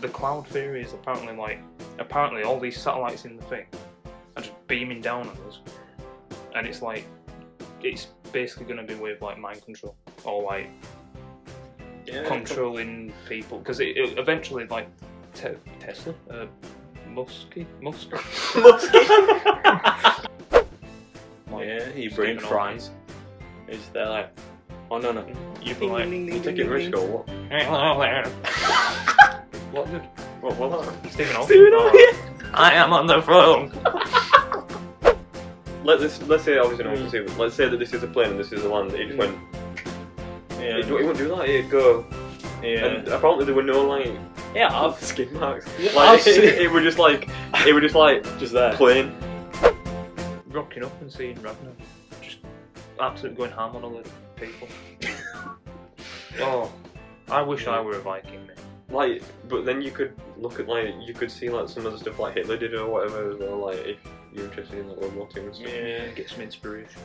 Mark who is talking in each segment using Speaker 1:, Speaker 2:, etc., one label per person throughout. Speaker 1: the cloud theory is apparently like apparently all these satellites in the thing are just beaming down on us, and it's like it's basically going to be with like mind control or like
Speaker 2: Yeah,
Speaker 1: controlling people because it, it eventually like te- Tesla, uh, Muskie, Musk, like,
Speaker 2: yeah, he brain
Speaker 1: Stephen
Speaker 2: fries. Is there like, oh no no,
Speaker 1: you'd be like,
Speaker 2: you taking risk or what?
Speaker 1: what did
Speaker 2: What? What?
Speaker 1: Stephen Hawking? Oh.
Speaker 2: Stephen Hawking.
Speaker 1: I am on the phone.
Speaker 3: Let this, let's say, obviously, no, obviously, let's say that this is a plane and this is a land. It just went.
Speaker 2: Mm. Yeah,
Speaker 3: It, it wouldn't do that. It'd go.
Speaker 2: yeah.
Speaker 3: And apparently, there were no like
Speaker 2: yeah, I've
Speaker 3: skin marks.
Speaker 2: Yeah, I've
Speaker 3: Like
Speaker 2: seen
Speaker 3: it,
Speaker 2: it.
Speaker 3: it would just like it would just like
Speaker 2: Oh, just there.
Speaker 3: plane.
Speaker 1: Rocking up and seeing Ragnar, just absolutely going ham on all the people. oh, I wish I were a Viking, mate.
Speaker 3: Like, but then you could look at like you could see like some other stuff like Hitler did or whatever as well. Like if you're interested in like World War Two and stuff.
Speaker 2: Yeah.
Speaker 1: Get some inspiration.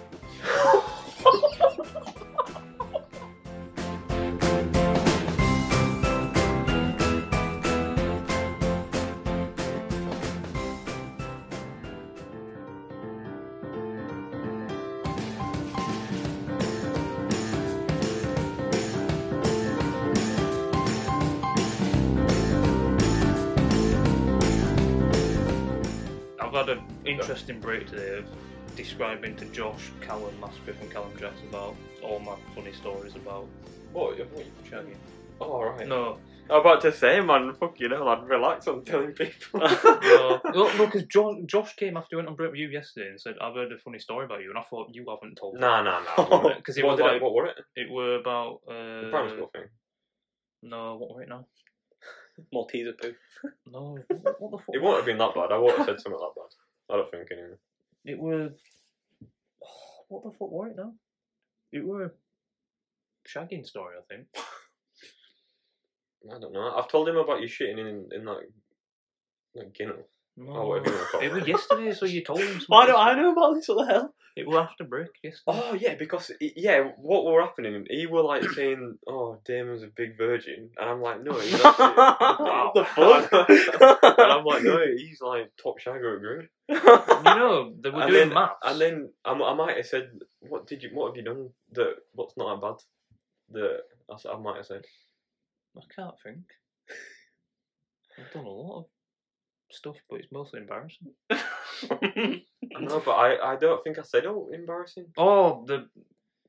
Speaker 1: I've had an interesting break today of describing to Josh Callum Maspeth and Callum Jacks about all my funny stories about
Speaker 3: What?
Speaker 1: Shaggy.
Speaker 3: Oh, alright.
Speaker 1: No,
Speaker 3: I'm about to say, man, fuck you know, lad, relax on telling people.
Speaker 1: no, no, because Josh came after he went on break with you yesterday and said, "I've heard a funny story about you," and I thought you haven't told.
Speaker 3: Nah, nah, nah.
Speaker 1: Because it
Speaker 3: what,
Speaker 1: was
Speaker 3: did I- Mm.
Speaker 1: like
Speaker 3: what were it?
Speaker 1: it were about
Speaker 3: The
Speaker 1: uh,
Speaker 3: primary school thing.
Speaker 1: No, what were it now?
Speaker 2: Malteser poo.
Speaker 1: No, what what the fuck?
Speaker 3: It won't have been that bad. I won't have said something that bad. I don't think anyway.
Speaker 1: It were. What the fuck were it now? It were. a Shagging story, I think.
Speaker 3: I don't know. I've told him about you shitting in in that that Guinness.
Speaker 1: No.
Speaker 3: Oh, whatever you wanna call
Speaker 1: it was
Speaker 3: it.
Speaker 1: yesterday, so you told him.
Speaker 2: Why do
Speaker 1: something.
Speaker 2: I know about this? What the hell?
Speaker 1: It was after break yesterday.
Speaker 3: Oh yeah, because i- yeah, what were happening? He were like saying, "Oh, Damon's a big virgin," and I'm like, "No, he's actually,
Speaker 2: What the fuck?
Speaker 3: and I'm like, "No, he's like top shagger at Green."
Speaker 1: You know, they were
Speaker 3: and
Speaker 1: doing
Speaker 3: then,
Speaker 1: maths.
Speaker 3: and then I, m- I might have said, "What did you? What have you done? That what's not that bad?" That I, s- I might have said.
Speaker 1: I can't think. I've done a lot of stuff, but it's mostly embarrassing.
Speaker 3: No, but I, I don't think I said. Oh, embarrassing.
Speaker 1: Oh, the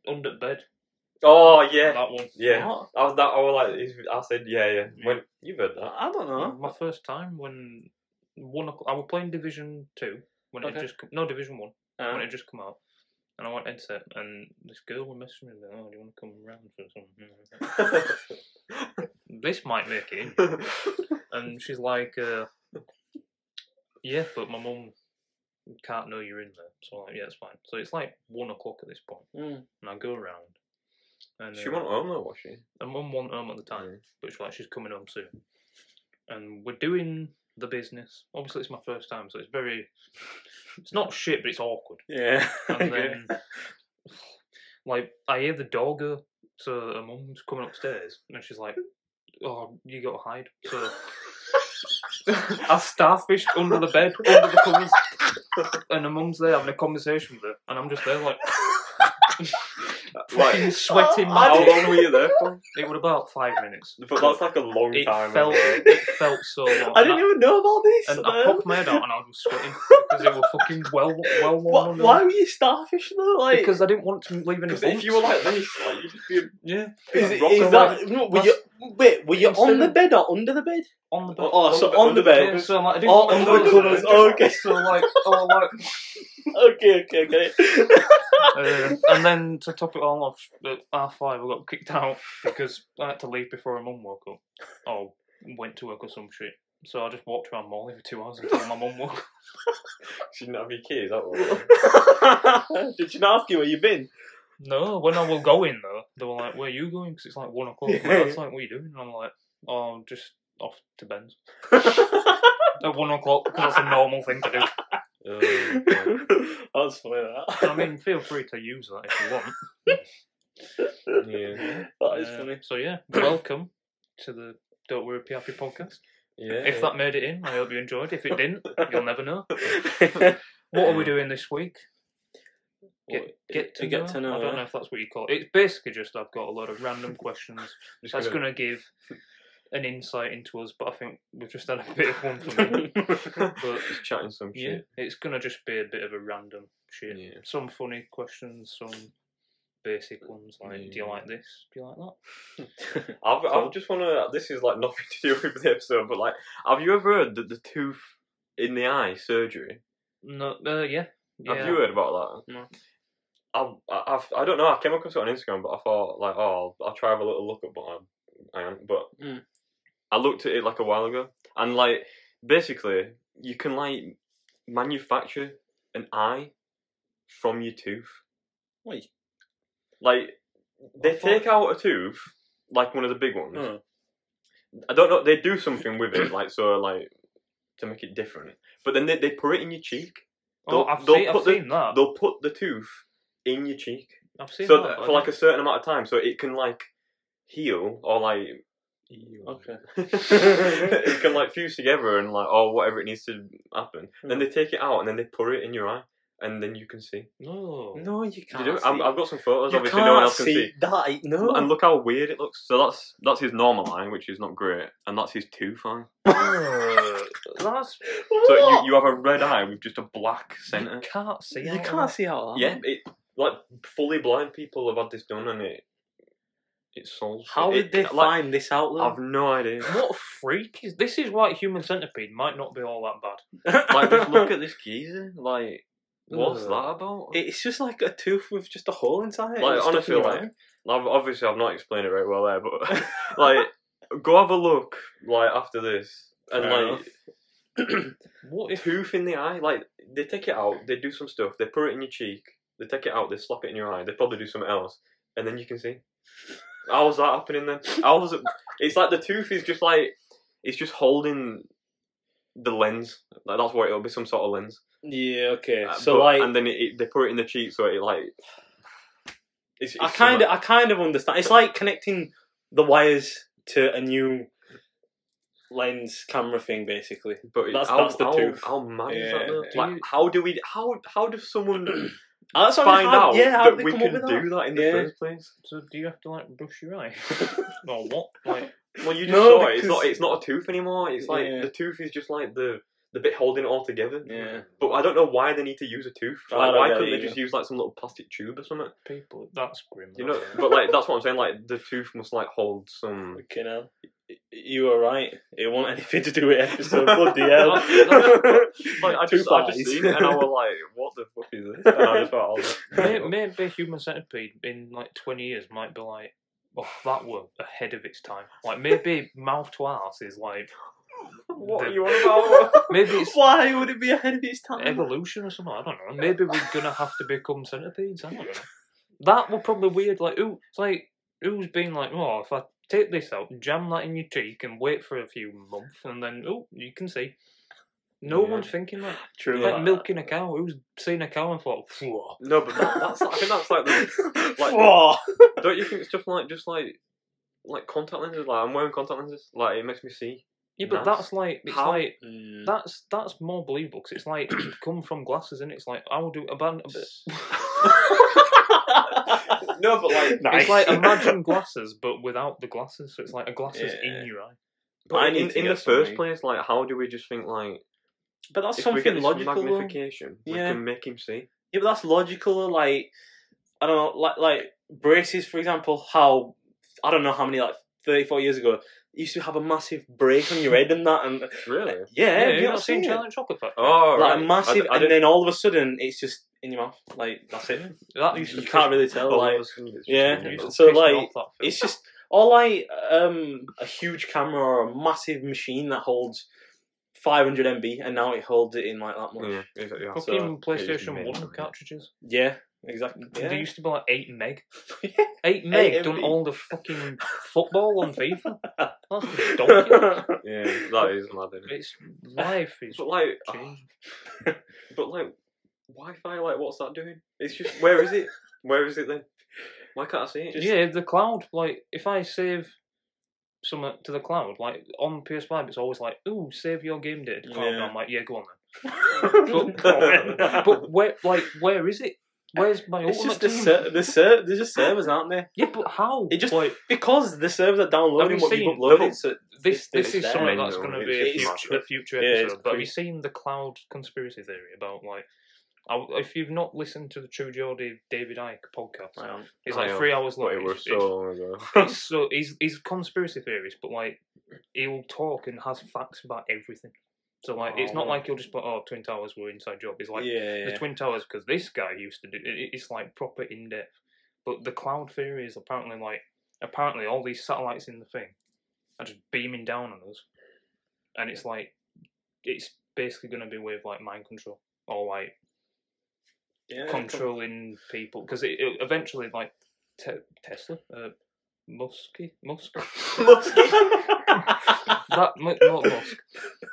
Speaker 1: under bed.
Speaker 3: Oh yeah,
Speaker 1: That one.
Speaker 3: yeah.
Speaker 2: What?
Speaker 3: I was that. I was like, he's- I said, "Yeah, yeah."
Speaker 1: Yeah.
Speaker 3: When you've heard that.
Speaker 2: I don't know.
Speaker 1: My first time when one o'clock, I was playing Division Two when it
Speaker 2: Okay.
Speaker 1: had just come, no Division One when it
Speaker 2: Uh,
Speaker 1: had just come out, and I went headset and this girl was messaging me like, "Oh, do you want to come round for something?" this might make it, in." and she's like, uh, "Yeah, but my mum can't know you're in there," so I'm like, "Yeah, it's fine." So it's like one o'clock at this point.
Speaker 2: mm.
Speaker 1: and I go around. And
Speaker 3: she
Speaker 1: uh,
Speaker 3: won't own that, was she?
Speaker 1: and mum wasn't home at the time, but she's like, she's coming home soon. And we're doing the business. Obviously, it's my first time, so it's very, it's not shit, but it's awkward.
Speaker 2: Yeah.
Speaker 1: And
Speaker 2: Okay.
Speaker 1: then, like, I hear the dog er go, so her mum's coming upstairs, and she's like, "Oh, you gotta hide." So I starfished under the bed, under the covers, and her mum's there having a conversation with her, and I'm just there like fucking
Speaker 3: Like,
Speaker 1: sweating.
Speaker 2: Oh,
Speaker 1: my
Speaker 2: I
Speaker 3: how
Speaker 1: balls
Speaker 3: long were you there for?
Speaker 1: it was about five minutes.
Speaker 3: But that's like a long
Speaker 1: It
Speaker 3: time.
Speaker 1: felt
Speaker 3: isn't
Speaker 1: it felt so long.
Speaker 2: I didn't even know about this.
Speaker 1: and I, and I
Speaker 2: man.
Speaker 1: popped my head out and I was sweating because they were fucking well well
Speaker 2: Wha-
Speaker 1: worn.
Speaker 2: why were you starfish though? Like,
Speaker 1: Because I didn't want to leave any
Speaker 3: Because
Speaker 1: bumps.
Speaker 3: if you were like this, like you'd just be a-
Speaker 1: yeah,
Speaker 2: is,
Speaker 3: like
Speaker 2: it-
Speaker 3: rock
Speaker 2: is
Speaker 3: and
Speaker 2: that no, were you? Wait, were you
Speaker 1: Instead
Speaker 2: on the
Speaker 1: of-
Speaker 2: bed or under the bed?
Speaker 1: on the bed.
Speaker 2: Oh, so
Speaker 3: under-
Speaker 2: on
Speaker 3: under
Speaker 2: the bed.
Speaker 1: Yeah, so I'm like, I didn't
Speaker 2: Oh,
Speaker 1: want
Speaker 2: under
Speaker 1: those
Speaker 2: the
Speaker 1: ones.
Speaker 2: covers, okay.
Speaker 1: So like, oh, like,
Speaker 2: Okay, okay, okay.
Speaker 1: uh, and then to top it all off, at half five I got kicked out because I had to leave before her mum woke up. Oh, went to work or some shit. So I just walked around Morley for two hours until my mum woke. up.
Speaker 3: she didn't have your keys. That was.
Speaker 2: Did she not ask you where you've been?
Speaker 1: No, when I will go in though, they were like, "Where are you going?" Because it's like one o'clock.
Speaker 2: Yeah.
Speaker 1: I was like, "What are you doing?" And I'm like, "Oh, just off to Ben's at one o'clock because that's a normal thing to do."
Speaker 3: Um, like,
Speaker 2: That's funny. That.
Speaker 1: I mean, feel free to use that if you want.
Speaker 3: yeah.
Speaker 2: That is
Speaker 1: Uh,
Speaker 2: funny.
Speaker 1: So yeah, welcome to the Don't Worry Happy podcast.
Speaker 3: Yeah.
Speaker 1: If that made it in, I hope you enjoyed. If it didn't, you'll never know. What are we doing this week? Get to, know?
Speaker 2: get to know.
Speaker 1: I don't know if that's what you call it. It's basically just I've got a lot of random questions.
Speaker 3: Just
Speaker 1: That's
Speaker 3: gonna-
Speaker 1: going to give an insight into us, but I think we've just had a bit of one for me. but
Speaker 3: Just chatting some
Speaker 1: yeah,
Speaker 3: shit.
Speaker 1: it's going to just be a bit of a random shit.
Speaker 3: Yeah.
Speaker 1: Some funny questions, some basic ones like, do you
Speaker 3: Yeah.
Speaker 1: like this? Do you like that?
Speaker 3: I've,
Speaker 2: Cool.
Speaker 3: I've just want to. This is like nothing to do with the episode, but like, have you ever heard that the tooth in the eye surgery?
Speaker 1: No, uh, yeah. yeah.
Speaker 3: Have you heard about that?
Speaker 1: No.
Speaker 3: I, I, I've- I don't know. I came across it on Instagram, but I thought like, oh, I'll, I'll try have a little look at, but I, I haven't. But
Speaker 1: Hmm.
Speaker 2: Mm.
Speaker 3: I looked at it like a while ago, and like basically, you can like manufacture an eye from your tooth.
Speaker 2: Wait.
Speaker 3: Like they
Speaker 1: What for? Hmm.
Speaker 3: take out a tooth, like one of the big ones.
Speaker 2: Oh.
Speaker 3: I don't know. They do something with it, like so, like to make it different. But then they, they put it in your cheek.
Speaker 1: Oh,
Speaker 3: They'll-
Speaker 1: I've,
Speaker 3: they'll
Speaker 1: seen, I've
Speaker 3: put the-
Speaker 1: seen that.
Speaker 3: They'll put the tooth in your cheek,
Speaker 1: I've seen
Speaker 3: so
Speaker 1: that.
Speaker 3: that, for like a certain amount of time, so it can like heal or like
Speaker 2: Oh, Okay.
Speaker 3: it can like fuse together and like or whatever it needs to happen.
Speaker 2: Hmm.
Speaker 3: Then they take it out and then they put it in your eye, and then you can see.
Speaker 1: no.
Speaker 2: No, you
Speaker 3: Did
Speaker 2: can't.
Speaker 3: you-
Speaker 2: Ah, see.
Speaker 3: I'm- I've got some photos.
Speaker 2: you
Speaker 3: obviously, no one
Speaker 2: can't
Speaker 3: else can see.
Speaker 2: that. No.
Speaker 3: And look how weird it looks. So that's that's his normal eye, which is not great, and that's his tooth eye.
Speaker 1: Oh, that's
Speaker 3: So you,
Speaker 2: What?
Speaker 3: you have a red eye with just a black centre.
Speaker 1: can't see.
Speaker 2: you
Speaker 1: out of
Speaker 2: can't
Speaker 1: it.
Speaker 2: see how that.
Speaker 3: Yeah, it like fully blind people have had this done, and it it solves.
Speaker 2: How
Speaker 3: it,
Speaker 2: did they
Speaker 3: it- like,
Speaker 2: find this out?
Speaker 3: I've
Speaker 2: though?
Speaker 3: no idea.
Speaker 1: What a freak is this? Is why Human Centipede might not be all that bad.
Speaker 3: like, just look at this geezer. Like, what's
Speaker 2: Ugh.
Speaker 3: that about?
Speaker 2: It's just like a tooth with just a hole inside. it
Speaker 3: Like,
Speaker 2: and stuff in
Speaker 3: honestly,
Speaker 2: your
Speaker 3: like-
Speaker 2: eye.
Speaker 3: I've, obviously, I've not explained it very well there, but like, go have a look. Like after this, and
Speaker 2: Fair
Speaker 3: like.
Speaker 2: enough.
Speaker 1: What if?
Speaker 3: tooth in the eye. Like they take it out, they do some stuff, they put it in your cheek, they take it out, they slap it in your eye, they probably do something else, and then you can see. How was that happening then? How was it? It's like the tooth is just like it's just holding the lens. Like that's what it'll be, some sort of lens.
Speaker 2: yeah. Okay.
Speaker 3: Uh,
Speaker 2: so
Speaker 3: but-
Speaker 2: like,
Speaker 3: and then it, it- they put it in the cheek, so it like. It's,
Speaker 2: I
Speaker 3: it's
Speaker 2: kind of,
Speaker 3: similar.
Speaker 2: I kind of understand. It's like connecting the wires to a new lens camera thing, basically.
Speaker 3: But it-
Speaker 2: that's-
Speaker 3: how,
Speaker 2: that's the
Speaker 3: how,
Speaker 2: tooth.
Speaker 3: How mad is that?
Speaker 2: Yeah.
Speaker 3: Though?
Speaker 1: Do
Speaker 3: Like,
Speaker 1: you-
Speaker 3: how do we? How how does someone
Speaker 2: Uh, that's what I
Speaker 3: find
Speaker 2: mean, how-
Speaker 3: out
Speaker 2: yeah, how
Speaker 3: that
Speaker 2: did they
Speaker 3: we
Speaker 2: come
Speaker 3: can
Speaker 2: up with
Speaker 3: do that in the
Speaker 2: Yeah.
Speaker 3: first place?
Speaker 1: So do you have to like brush your eye? or what? Like
Speaker 3: Well, you just
Speaker 2: No,
Speaker 3: saw it. It's
Speaker 2: because-
Speaker 3: not. It's not a tooth anymore. It's like
Speaker 2: Yeah.
Speaker 3: the tooth is just like the the bit holding it all together.
Speaker 2: Yeah.
Speaker 3: But I don't know why they need to use a tooth.
Speaker 2: I
Speaker 3: Like,
Speaker 2: don't
Speaker 3: why
Speaker 2: get
Speaker 3: couldn't
Speaker 2: it
Speaker 3: they just use like some little plastic tube or something?
Speaker 1: people, that's grim.
Speaker 3: You know. but like that's what I'm saying. Like the tooth must like hold some.
Speaker 2: Okay, now you were right. It won't anything to do with episode. Bloody hell!
Speaker 3: Like I
Speaker 2: Tooth
Speaker 3: just, I just
Speaker 2: eyes.
Speaker 3: seen it and I was like, what the fuck is this? And I just thought, I'll
Speaker 1: May- maybe Human Centipede in like twenty years might be like, oh, that were ahead of its time. Like maybe mouth to arse is like
Speaker 3: what
Speaker 1: the-
Speaker 3: are you on about?
Speaker 1: maybe it's
Speaker 2: Why would it be ahead of its time?
Speaker 1: evolution or something. I don't know. Maybe we're gonna have to become centipedes. I don't know. That were probably weird. Like who? It's like who's been like, oh, if I take this out, jam that in your cheek, and wait for a few months, and then oh, you can see. No
Speaker 3: Yeah.
Speaker 1: one's thinking that.
Speaker 2: True.
Speaker 1: It's Like milking a cow. Who's seen a cow and thought, "Phew."
Speaker 3: no, but that, that's. I think that's like. The, like-
Speaker 2: Whoa.
Speaker 3: don't you think it's just like just like like contact lenses? Like I'm wearing contact lenses. Like it makes me see.
Speaker 1: yeah, but
Speaker 3: Nice.
Speaker 1: that's like it's
Speaker 3: How-
Speaker 1: like
Speaker 2: Mm.
Speaker 1: that's that's more believable because it's like it's come from glasses, and it's like I will do a band.
Speaker 3: No, but like
Speaker 1: It's like imagine glasses, but without the glasses. So it's like a glasses
Speaker 2: Yeah.
Speaker 1: in your eye.
Speaker 3: But
Speaker 2: I
Speaker 3: in,
Speaker 2: need
Speaker 3: in,
Speaker 2: to
Speaker 3: the
Speaker 2: get
Speaker 3: first
Speaker 2: something.
Speaker 3: place, like, how do we just think like
Speaker 2: but that's
Speaker 3: if we get
Speaker 2: something
Speaker 3: this
Speaker 2: logical. though.
Speaker 3: magnification,
Speaker 2: Yeah.
Speaker 3: we can make him see?
Speaker 2: Yeah, but that's logical. though, Like, I don't know, like like braces, for example. How I don't know how many like 34 years ago you used to have a massive break on your head and that, and
Speaker 3: Really?
Speaker 2: yeah, have
Speaker 1: you
Speaker 2: you
Speaker 1: not
Speaker 2: not
Speaker 1: seen
Speaker 2: seen it?
Speaker 1: Chocolate Chocolate Factory?
Speaker 3: Oh,
Speaker 2: like
Speaker 3: right.
Speaker 2: a massive,
Speaker 3: I, I
Speaker 2: and then all of a sudden it's just in your mouth. Like that's it.
Speaker 1: That
Speaker 2: You
Speaker 1: used to
Speaker 2: can't really tell.
Speaker 3: oh,
Speaker 2: like, yeah.
Speaker 1: piss- used to
Speaker 2: So,
Speaker 1: piss me
Speaker 2: like,
Speaker 1: off, that film.
Speaker 2: it's just or like um a huge camera or a massive machine that holds 500 MB, and now it holds it in like that much.
Speaker 3: yeah, yeah, yeah.
Speaker 1: fucking
Speaker 3: So, it is
Speaker 1: PlayStation
Speaker 3: mint,
Speaker 1: One
Speaker 3: isn't it?
Speaker 1: cartridges.
Speaker 2: Yeah, exactly. Yeah.
Speaker 1: They used to be like eight meg. Eight meg done
Speaker 2: MB.
Speaker 1: all the fucking football on FIFA. That's donkey.
Speaker 3: Yeah, that is mad. Isn't it?
Speaker 1: It's life is
Speaker 3: But like,
Speaker 2: uh,
Speaker 3: uh,
Speaker 1: changed.
Speaker 3: but like, Wi-Fi, like, what's that doing? It's just where is it? Where is it then? Why can't I see it?
Speaker 1: yeah, the cloud. Like if I save some to the cloud. Like on PS5, it's always like, "Ooh, save your game data to cloud." And
Speaker 2: Yeah.
Speaker 1: I'm like, "Yeah, go on then."
Speaker 2: but
Speaker 1: But where, like, where is it? Where's my
Speaker 2: it's
Speaker 1: ultimate
Speaker 2: just the
Speaker 1: team?
Speaker 2: ser- the ser- they're just servers, aren't they?
Speaker 1: Yeah, but how?
Speaker 2: It just-
Speaker 1: like,
Speaker 2: Because the servers are
Speaker 1: Have
Speaker 2: downloading
Speaker 1: you
Speaker 2: what you've
Speaker 1: seen-
Speaker 2: uploaded. So
Speaker 1: this
Speaker 2: It's-
Speaker 1: this
Speaker 2: it's
Speaker 1: is something
Speaker 3: there.
Speaker 1: that's going to
Speaker 3: It's-
Speaker 1: be a
Speaker 2: it's
Speaker 1: future,
Speaker 3: true.
Speaker 1: a future
Speaker 2: Yeah, it's
Speaker 1: episode. but have
Speaker 2: true.
Speaker 1: you seen the cloud conspiracy theory about like, I, if you've not listened to the True Geordie David Icke podcast,
Speaker 2: I don't-
Speaker 1: it's
Speaker 3: I
Speaker 1: like
Speaker 3: have,
Speaker 1: three hours long.
Speaker 3: But it was
Speaker 1: It's-
Speaker 3: so long
Speaker 1: oh
Speaker 3: ago.
Speaker 1: it's- it's so he's he's conspiracy theorist, but like he'll talk and has facts about everything. So like, it's not
Speaker 2: Oh.
Speaker 1: like you'll just put oh Twin Towers were inside job. It's like
Speaker 2: yeah,
Speaker 1: the
Speaker 2: yeah.
Speaker 1: Twin Towers because this guy used to do it, it- it's like proper in depth. But the cloud theory is apparently like apparently all these satellites in the thing are just beaming down on us, and it's like it's basically going to be with like mind control or like
Speaker 2: yeah.
Speaker 1: controlling people because it, it eventually like te- Tesla, uh, Muskie, Musk, that mu- not Musk,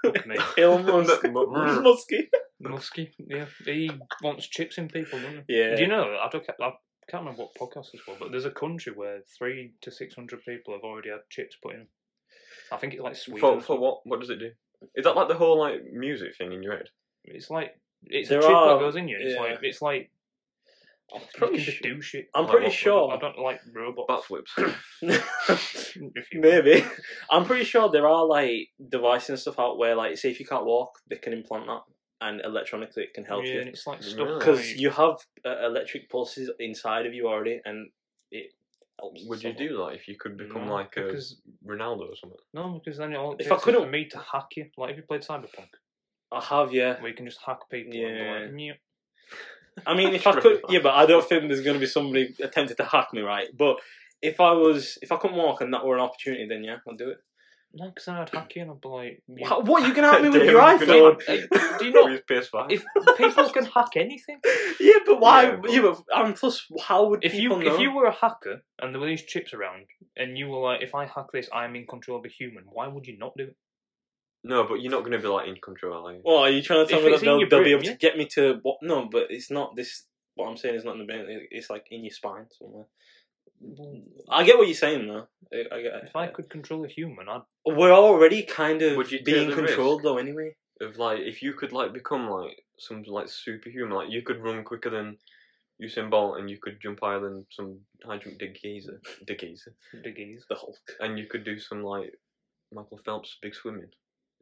Speaker 1: fuck me,
Speaker 2: Elon Musk.
Speaker 3: But-
Speaker 2: Musky.
Speaker 1: Muskie, yeah, he wants chips in people, doesn't he?
Speaker 2: Yeah.
Speaker 1: Do you know? I don't. I can't remember what podcast it's for, but there's a country where three to six hundred people have already had chips put in. I think it's like Sweden. or
Speaker 3: for, for
Speaker 1: something.
Speaker 3: what? What does it do? Is that like the whole like music thing in your head?
Speaker 1: It's like it's
Speaker 2: There
Speaker 1: a chip
Speaker 2: are-
Speaker 1: that goes in you. It's
Speaker 2: yeah.
Speaker 1: like it's like
Speaker 2: I'm
Speaker 1: you
Speaker 2: pretty
Speaker 1: can
Speaker 2: sure.
Speaker 1: just do shit.
Speaker 2: I'm
Speaker 1: Like,
Speaker 2: pretty
Speaker 1: what-
Speaker 2: sure-
Speaker 1: I don't like robots.
Speaker 3: Bat flips.
Speaker 1: If you
Speaker 2: Maybe. I'm pretty sure there are like devices and stuff out where like say if you can't walk, they can implant that and electronically it can help
Speaker 1: yeah,
Speaker 2: you.
Speaker 1: and it's like stuff
Speaker 3: Really?
Speaker 2: Because
Speaker 1: like-
Speaker 2: you have uh, electric pulses inside of you already, and it helps.
Speaker 3: Would you
Speaker 2: someone.
Speaker 3: do that if you could become
Speaker 1: No,
Speaker 3: like a
Speaker 1: because
Speaker 3: Ronaldo or something?
Speaker 1: no, because then it all
Speaker 2: If
Speaker 1: if
Speaker 2: I
Speaker 1: I could
Speaker 2: couldn't-
Speaker 1: for me to hack you, like if you played Cyberpunk,
Speaker 2: I have, yeah.
Speaker 1: where you can just hack people.
Speaker 2: Yeah.
Speaker 1: and be like,
Speaker 2: I mean, if I could, yeah, but I don't think there's going to be somebody attempted to hack me, right? But if I was, if I couldn't walk and that were an opportunity, then yeah, I'll do it.
Speaker 1: no, because then I'd hack you and I'd be like, you-
Speaker 2: Wha- What you can help me with
Speaker 3: Damon's
Speaker 2: your
Speaker 3: gonna-
Speaker 2: iPhone?
Speaker 1: Hey, do you
Speaker 3: Or
Speaker 1: not?
Speaker 3: his PS5.
Speaker 1: If people can hack anything.
Speaker 2: yeah, but why?
Speaker 3: Yeah,
Speaker 2: Yeah,
Speaker 3: but-
Speaker 2: but, and plus, how would
Speaker 1: If you
Speaker 2: people know?
Speaker 1: if you were a hacker and there were these chips around and you were like, if I hack this, I'm in control of a human. Why would you not do it?
Speaker 3: no, but you're not gonna be like in control. Are you?
Speaker 2: Well, are you trying to tell
Speaker 1: If
Speaker 2: me that
Speaker 1: it's in
Speaker 2: they'll,
Speaker 1: your
Speaker 2: they'll be
Speaker 1: brain,
Speaker 2: able
Speaker 1: yeah.
Speaker 2: to get me to what? No, but it's not this. What I'm saying is not in the brain. it- It's like in your spine somewhere. I get what you're saying though. I, I get it.
Speaker 1: If I could control a human, I'd.
Speaker 2: We're already kind of
Speaker 3: Would you take
Speaker 2: being
Speaker 3: the
Speaker 2: controlled
Speaker 3: risk?
Speaker 2: though, anyway.
Speaker 3: Of like, if you could like become like some like superhuman, like you could run quicker than Usain Bolt, and you could jump higher than some high jump dig geezer, dig geezer,
Speaker 1: Diggies.
Speaker 2: The Hulk.
Speaker 3: and you could do some like Michael Phelps big swimming.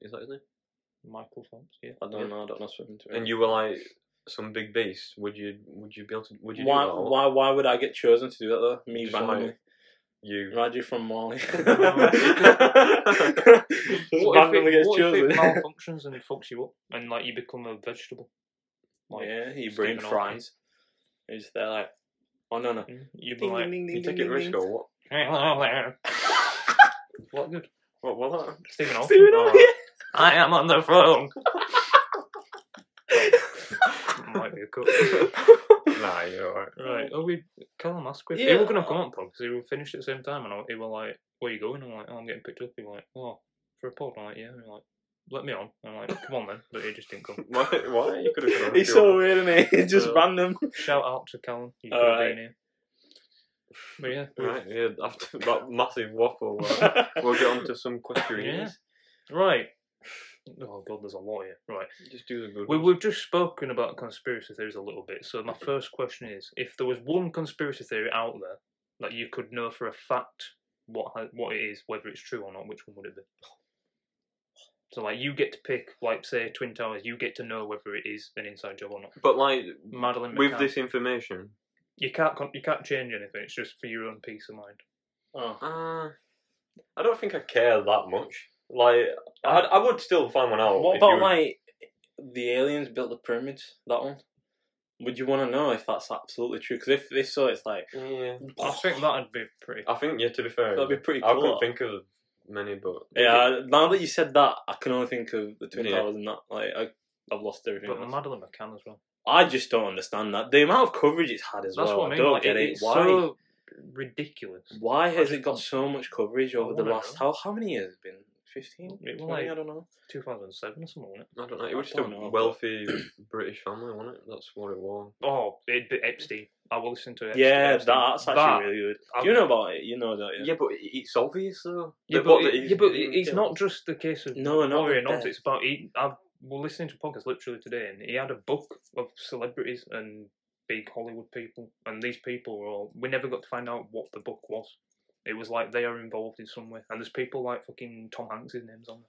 Speaker 3: Is that his name?
Speaker 1: Michael Phelps, yeah.
Speaker 2: I don't know. I don't know swimming. To
Speaker 3: And you were like some big beast. Would you? Would you be able to? Would you?
Speaker 2: why?
Speaker 3: do that, or
Speaker 2: Why? Why would I get chosen to do that though? Me
Speaker 3: Just
Speaker 2: randomly.
Speaker 3: You.
Speaker 2: Raju from Mali.
Speaker 1: What if,
Speaker 2: randomly
Speaker 1: it,
Speaker 2: gets
Speaker 1: what if it
Speaker 2: chosen.
Speaker 1: malfunctions and fucks you up and like you become a vegetable? Like,
Speaker 2: yeah, he
Speaker 1: Stephen
Speaker 2: brain
Speaker 1: Hawking.
Speaker 2: fries. He's there like, oh no no.
Speaker 1: Mm, You'd be like,
Speaker 3: You take it risk or what?
Speaker 1: what good?
Speaker 3: What? What? that?
Speaker 1: Stephen Hawking.
Speaker 2: Stephen
Speaker 3: Oh,
Speaker 1: All
Speaker 2: Hawking.
Speaker 1: right. I am on the phone. Might be a cut.
Speaker 3: nah, you're alright.
Speaker 1: Right. Oh, we Callum Asquith.
Speaker 2: Yeah.
Speaker 1: They were gonna come up because they were finished at the same time, and I, they were like, "Where you going?" I'm like, "Oh, I'm getting picked up." He was like, "Oh, for a pod." I'm like, "Yeah." And they're like, "Let me on." I'm like, "Come on then," but he just didn't come.
Speaker 3: Why? Why? You could have.
Speaker 2: He's so weird, isn't he? He's just
Speaker 1: Uh,
Speaker 2: random.
Speaker 1: Shout out to Callum. You could
Speaker 2: All
Speaker 1: have
Speaker 2: right.
Speaker 1: been here. But yeah,
Speaker 3: Right, yeah, after that massive waffle, uh, we'll get on to some questionnaires.
Speaker 1: right. Oh god, there's a lot here. Right.
Speaker 3: Just do the good
Speaker 1: We,
Speaker 3: ones.
Speaker 1: we've just spoken about conspiracy theories a little bit, so my first question is: if there was one conspiracy theory out there that you could know for a fact what ha- what it is, whether it's true or not, which one would it be? So, like, you get to pick, like, say, Twin Towers. You get to know whether it is an inside job or not.
Speaker 3: But like
Speaker 1: Madeline,
Speaker 3: with
Speaker 1: McCann,
Speaker 3: this information,
Speaker 1: you can't con- you can't change anything. It's just for your own peace of mind.
Speaker 2: Oh.
Speaker 3: uh, I don't think I care that much. Like I, I would still find one out.
Speaker 2: What
Speaker 3: if you
Speaker 2: about
Speaker 3: were-
Speaker 2: like the aliens built the pyramids? That one. Would you want to know if that's absolutely true? Because if if so, it's like
Speaker 3: Yeah,
Speaker 1: I think that'd be pretty.
Speaker 3: I think yeah. To be fair,
Speaker 2: That'd be pretty
Speaker 3: I
Speaker 2: cool,
Speaker 3: couldn't
Speaker 2: that.
Speaker 3: think of many, but
Speaker 2: yeah. Now that you said that, I can only think of the twin
Speaker 3: Yeah.
Speaker 2: towers and that. Like I, I've lost everything.
Speaker 1: But
Speaker 2: else.
Speaker 1: Madeline McCann as well.
Speaker 2: I just don't understand that. The amount of coverage it's had as
Speaker 1: That's
Speaker 2: well.
Speaker 1: what I mean.
Speaker 2: don't
Speaker 1: like,
Speaker 2: get
Speaker 1: it-
Speaker 2: it.
Speaker 1: It's
Speaker 2: Why?
Speaker 1: so ridiculous.
Speaker 2: Why
Speaker 1: I
Speaker 2: has
Speaker 1: just
Speaker 2: it got
Speaker 1: don't-
Speaker 2: so much coverage over the
Speaker 1: wanna
Speaker 2: last how how many years has it been? 15?
Speaker 1: It
Speaker 2: 20?
Speaker 1: was like-
Speaker 2: I don't know.
Speaker 1: 2007 or something. wasn't it?
Speaker 3: I don't know. It
Speaker 2: I
Speaker 3: was just
Speaker 2: don't
Speaker 3: a
Speaker 2: know, but-
Speaker 3: wealthy British family, wasn't it? That's what it was.
Speaker 1: Oh, it'd be Epstein. I will listen to it.
Speaker 2: yeah,
Speaker 1: Extra,
Speaker 2: that's actually
Speaker 1: That-
Speaker 2: really good.
Speaker 1: I've-
Speaker 2: Do you know about it? You know, don't you?
Speaker 3: Yeah, but it- it's obvious though.
Speaker 1: Yeah,
Speaker 3: The
Speaker 1: but,
Speaker 3: bot that
Speaker 1: it-
Speaker 3: he's
Speaker 1: yeah, but
Speaker 3: been
Speaker 1: it's
Speaker 3: killed.
Speaker 1: not just the case of
Speaker 2: No, not
Speaker 1: worrying
Speaker 2: the
Speaker 1: not.
Speaker 2: death.
Speaker 1: It's about he. I was listening to a podcast literally today, and he had a book of celebrities and big Hollywood people, and these people were all. We never got to find out what the book was. It was like they are involved in some way, and there's people like fucking Tom Hanks' name's on there.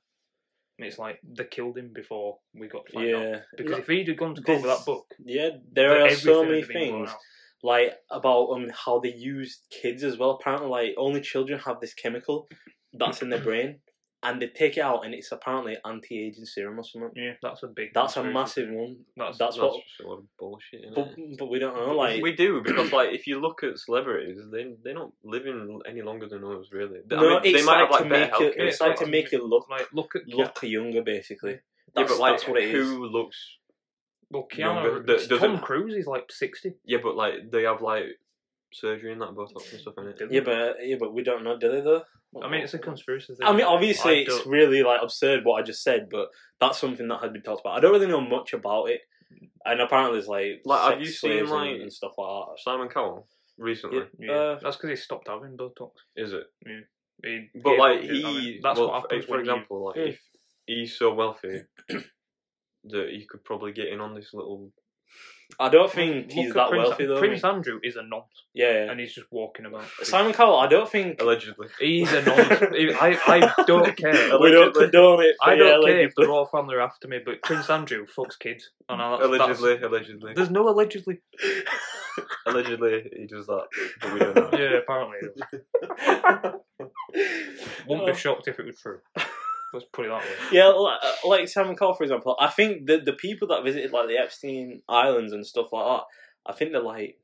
Speaker 1: And it's like they killed him before we got to find out.
Speaker 2: yeah,
Speaker 1: Because
Speaker 2: No,
Speaker 1: if he'd have gone to court with that
Speaker 2: there's-
Speaker 1: book,
Speaker 2: yeah. There
Speaker 1: then
Speaker 2: are so
Speaker 1: everything would
Speaker 2: many
Speaker 1: have been blown
Speaker 2: things
Speaker 1: out.
Speaker 2: like about um how they use kids as well. Apparently, like only children have this chemical that's in their brain, and they take it out, and it's apparently anti-aging serum or something.
Speaker 1: Yeah, that's a big.
Speaker 2: That's a
Speaker 1: conspiracy.
Speaker 2: massive one,
Speaker 1: That's,
Speaker 2: that's
Speaker 3: That's
Speaker 2: what-
Speaker 3: just a lot of bullshit. Isn't
Speaker 2: but
Speaker 3: it?
Speaker 2: but we don't know. Like
Speaker 3: we do because, like, if you look at celebrities, they they're not living any longer than us, really. I
Speaker 2: no,
Speaker 3: mean,
Speaker 2: it's
Speaker 3: they
Speaker 2: like
Speaker 3: might have like
Speaker 2: to
Speaker 3: better
Speaker 2: make you,
Speaker 3: healthcare.
Speaker 2: it's like to
Speaker 3: stuff.
Speaker 2: make you look
Speaker 1: Like look at
Speaker 2: look younger, basically.
Speaker 3: yeah,
Speaker 2: That's,
Speaker 3: but like
Speaker 2: that's what it is.
Speaker 3: who looks?
Speaker 1: Well,
Speaker 3: younger-
Speaker 1: Keanu,
Speaker 3: that
Speaker 1: it's Tom
Speaker 3: doesn't-
Speaker 1: Cruise is like sixty.
Speaker 3: Yeah, but like they have like surgery and that botox and stuff in it.
Speaker 2: Yeah, but yeah, but we don't know, do they though?
Speaker 1: I mean, it's a conspiracy thing.
Speaker 2: I mean, obviously,
Speaker 1: I
Speaker 2: it's uh,
Speaker 1: don't-
Speaker 2: really like absurd what I just said, but that's something that had been talked about. I don't really know much about it, and apparently, it's like
Speaker 3: Like, have
Speaker 2: sex
Speaker 3: you seen,
Speaker 2: slaves and-
Speaker 3: like-
Speaker 2: and, stuff like that.
Speaker 3: Simon Cowell recently,
Speaker 2: Yeah.
Speaker 1: yeah,
Speaker 2: uh,
Speaker 1: that's because he stopped having Botox.
Speaker 3: is it?
Speaker 1: He
Speaker 3: But
Speaker 1: gave
Speaker 3: like
Speaker 1: up,
Speaker 3: he,
Speaker 1: I mean, that's
Speaker 3: well,
Speaker 1: what happens
Speaker 3: for
Speaker 1: when
Speaker 3: example, like
Speaker 2: Yeah.
Speaker 3: if he's so wealthy that he could probably get in on this little.
Speaker 2: I don't
Speaker 1: you,
Speaker 2: think
Speaker 1: Look
Speaker 2: he's
Speaker 1: at
Speaker 2: that
Speaker 1: Prince,
Speaker 2: wealthy though.
Speaker 1: Prince Andrew is a nonce,
Speaker 2: yeah, yeah.
Speaker 1: and he's just walking about.
Speaker 2: Simon Cowell, I don't think
Speaker 3: Allegedly,
Speaker 1: He's a nonce. He- I, I don't care.
Speaker 2: we don't
Speaker 3: allegedly.
Speaker 2: condone it.
Speaker 1: I
Speaker 2: but yeah,
Speaker 1: don't care if
Speaker 2: allegedly.
Speaker 1: the royal family are after me, but Prince Andrew fucks kids. And I, that's,
Speaker 3: allegedly, allegedly,
Speaker 1: That's, there's no allegedly.
Speaker 3: allegedly, he does that, but we don't know.
Speaker 1: Yeah, apparently. he does. Wouldn't
Speaker 2: Oh.
Speaker 1: be shocked if it was true. Let's put it that way.
Speaker 2: Yeah, like, like Simon Cowell, for example. I think the the people that visited like the Epstein Islands and stuff like that, I think they're like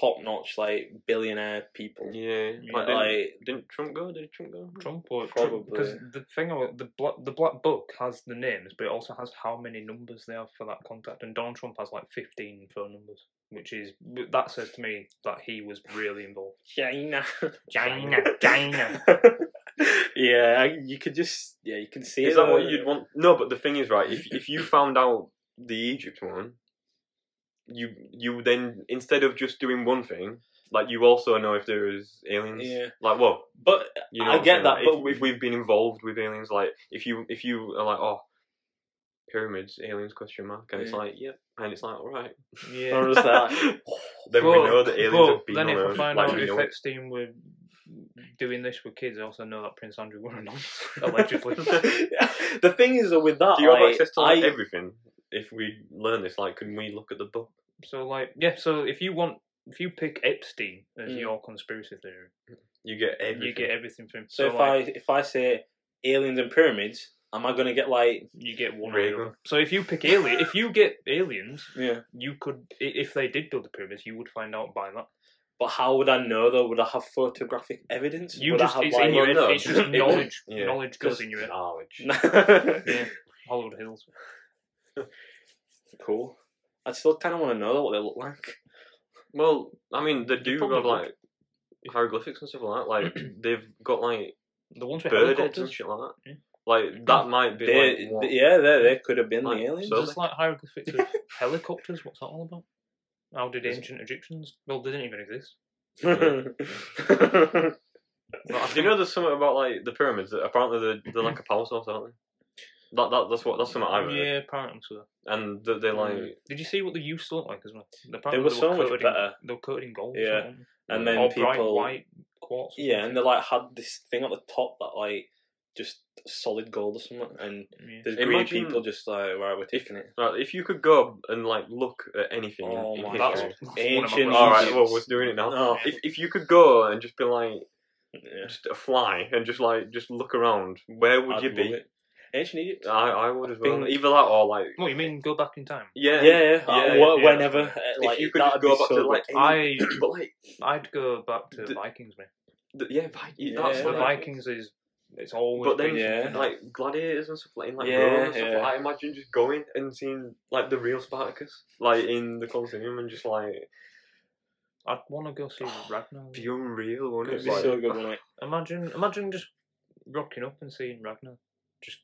Speaker 2: top notch, like billionaire people.
Speaker 3: Yeah,
Speaker 1: Yeah,
Speaker 3: like, didn't,
Speaker 2: Like
Speaker 3: didn't Trump go? Did Trump go?
Speaker 1: Trump or
Speaker 2: Probably.
Speaker 1: because the thing about the black, the black book has the names, but it also has how many numbers they have for that contact. And Donald Trump has like fifteen phone numbers, which is that says to me that he was really involved.
Speaker 2: China.
Speaker 1: China, China.
Speaker 2: yeah, I- you could just yeah, you can see.
Speaker 3: Is
Speaker 2: it
Speaker 3: that what
Speaker 2: though.
Speaker 3: you'd want? No, but the thing is, right? If if you found out the Egypt one, you you then instead of just doing one thing, like you also know if there is aliens.
Speaker 2: Yeah,
Speaker 3: Like what?
Speaker 2: but
Speaker 3: You
Speaker 2: I
Speaker 3: know what I'm
Speaker 2: get
Speaker 3: saying?
Speaker 2: that,
Speaker 3: Like,
Speaker 2: but
Speaker 3: if, if we've been involved with aliens, like if you if you are like oh, pyramids, aliens question mark, and it's
Speaker 2: Yeah.
Speaker 3: like yep, and it's like all right,
Speaker 1: Yeah.
Speaker 2: or is that
Speaker 3: then we
Speaker 1: But-
Speaker 3: know that aliens
Speaker 1: but
Speaker 3: have been
Speaker 1: then if I
Speaker 3: around.
Speaker 1: find
Speaker 3: like,
Speaker 1: out
Speaker 3: we
Speaker 1: if
Speaker 3: know it.
Speaker 1: Epstein were doing this with kids, I also know that Prince Andrew were a nonce, allegedly.
Speaker 2: the thing is though, with that,
Speaker 3: Do you have
Speaker 2: like,
Speaker 3: access to
Speaker 2: I,
Speaker 3: like, everything? If we learn this, like, can we look at the book?
Speaker 1: so like, yeah. So if you want, if you pick Epstein as
Speaker 2: Mm.
Speaker 1: your conspiracy theory,
Speaker 3: You get everything.
Speaker 1: you get everything from. him.
Speaker 2: so, if
Speaker 1: like,
Speaker 2: I if I say aliens and pyramids, am I gonna get like
Speaker 1: you get one or
Speaker 3: Reagan.
Speaker 1: the other. So if you pick alien, if you get aliens,
Speaker 2: yeah?
Speaker 1: you could, i- if they did build the pyramids, you would find out by that.
Speaker 2: But how would I know though? Would I have photographic evidence?
Speaker 1: You
Speaker 2: would
Speaker 1: just,
Speaker 2: I have
Speaker 1: it's
Speaker 2: like,
Speaker 1: in your
Speaker 3: Well,
Speaker 1: head.
Speaker 3: no.
Speaker 1: It's just
Speaker 3: It-
Speaker 1: knowledge.
Speaker 3: yeah.
Speaker 1: Knowledge goes in your head.
Speaker 3: knowledge.
Speaker 1: Yeah, Hollywood Hills.
Speaker 2: cool. I still kind of want to know what they look like.
Speaker 3: Well, I mean, they do
Speaker 1: probably
Speaker 3: have
Speaker 1: would.
Speaker 3: like hieroglyphics and stuff like that. Like they've got like
Speaker 1: The ones with
Speaker 3: bird heads and
Speaker 1: helicopters.
Speaker 3: shit like that.
Speaker 1: Yeah.
Speaker 3: Like that might be
Speaker 2: They,
Speaker 3: like what?
Speaker 2: they- yeah, they, they could have been
Speaker 3: Like,
Speaker 2: the aliens.
Speaker 3: so-
Speaker 1: Just like hieroglyphics of helicopters. What's that all about? How did ancient Egyptians? Well, they didn't even exist. But I
Speaker 3: Do
Speaker 1: think,
Speaker 3: you know there's something about like the pyramids that apparently they're, they're like a palace house, aren't they? That, that that's what that's something I've heard.
Speaker 1: yeah, apparently so.
Speaker 3: And that they like
Speaker 1: Did you see what they used to look like as well? Apparently
Speaker 2: were so much
Speaker 1: coated in-
Speaker 2: better.
Speaker 1: they were coated in gold.
Speaker 2: Yeah.
Speaker 1: or, something.
Speaker 2: and then
Speaker 1: or bright
Speaker 2: people,
Speaker 1: white quartz. or
Speaker 2: yeah, and
Speaker 1: something.
Speaker 2: they like had this thing at the top that like just solid gold or something, and
Speaker 1: Yeah.
Speaker 2: there's greedy
Speaker 3: Imagine-
Speaker 2: people just like right, we're taking it.
Speaker 3: right, if you could go and like look at anything in-
Speaker 2: Oh
Speaker 3: in
Speaker 2: my
Speaker 1: That's,
Speaker 3: history.
Speaker 1: that's one of my
Speaker 2: Ancient
Speaker 1: questions.
Speaker 3: All right,
Speaker 2: Egypt.
Speaker 3: well we're doing it now.
Speaker 2: Oh,
Speaker 3: If if you could go and just be like
Speaker 2: yeah.
Speaker 3: just a fly and just like just look around, where would
Speaker 2: I'd
Speaker 3: you
Speaker 2: love
Speaker 3: be?
Speaker 2: it. Ancient Egypt.
Speaker 3: I I would as well.
Speaker 2: think-
Speaker 3: Either that or like
Speaker 1: What you mean? Go back in time?
Speaker 3: yeah
Speaker 2: yeah, yeah, uh,
Speaker 3: yeah,
Speaker 2: wh-
Speaker 3: yeah.
Speaker 2: whenever. uh, Like,
Speaker 3: if you could
Speaker 2: that'd
Speaker 3: just
Speaker 2: be
Speaker 3: go back
Speaker 2: so
Speaker 3: to
Speaker 2: good.
Speaker 3: like
Speaker 1: I
Speaker 3: any- but like
Speaker 1: I'd go back to
Speaker 3: The-
Speaker 1: Vikings, man.
Speaker 3: the, yeah, Vi-
Speaker 2: Yeah.
Speaker 3: that's
Speaker 1: the
Speaker 3: what I-
Speaker 1: Vikings is it's always.
Speaker 3: But then
Speaker 1: been-
Speaker 2: Yeah.
Speaker 3: like gladiators and stuff like in like
Speaker 2: Yeah,
Speaker 3: Rome and stuff.
Speaker 2: yeah.
Speaker 3: Like, I imagine just going and seeing like the real Spartacus like in the Colosseum and just like
Speaker 1: I'd want to go see Ragnar.
Speaker 3: be unreal, wouldn't
Speaker 2: It'd
Speaker 3: it?
Speaker 2: be
Speaker 3: Like,
Speaker 2: so good, wouldn't it?
Speaker 1: Imagine, imagine just rocking up and seeing Ragnar, just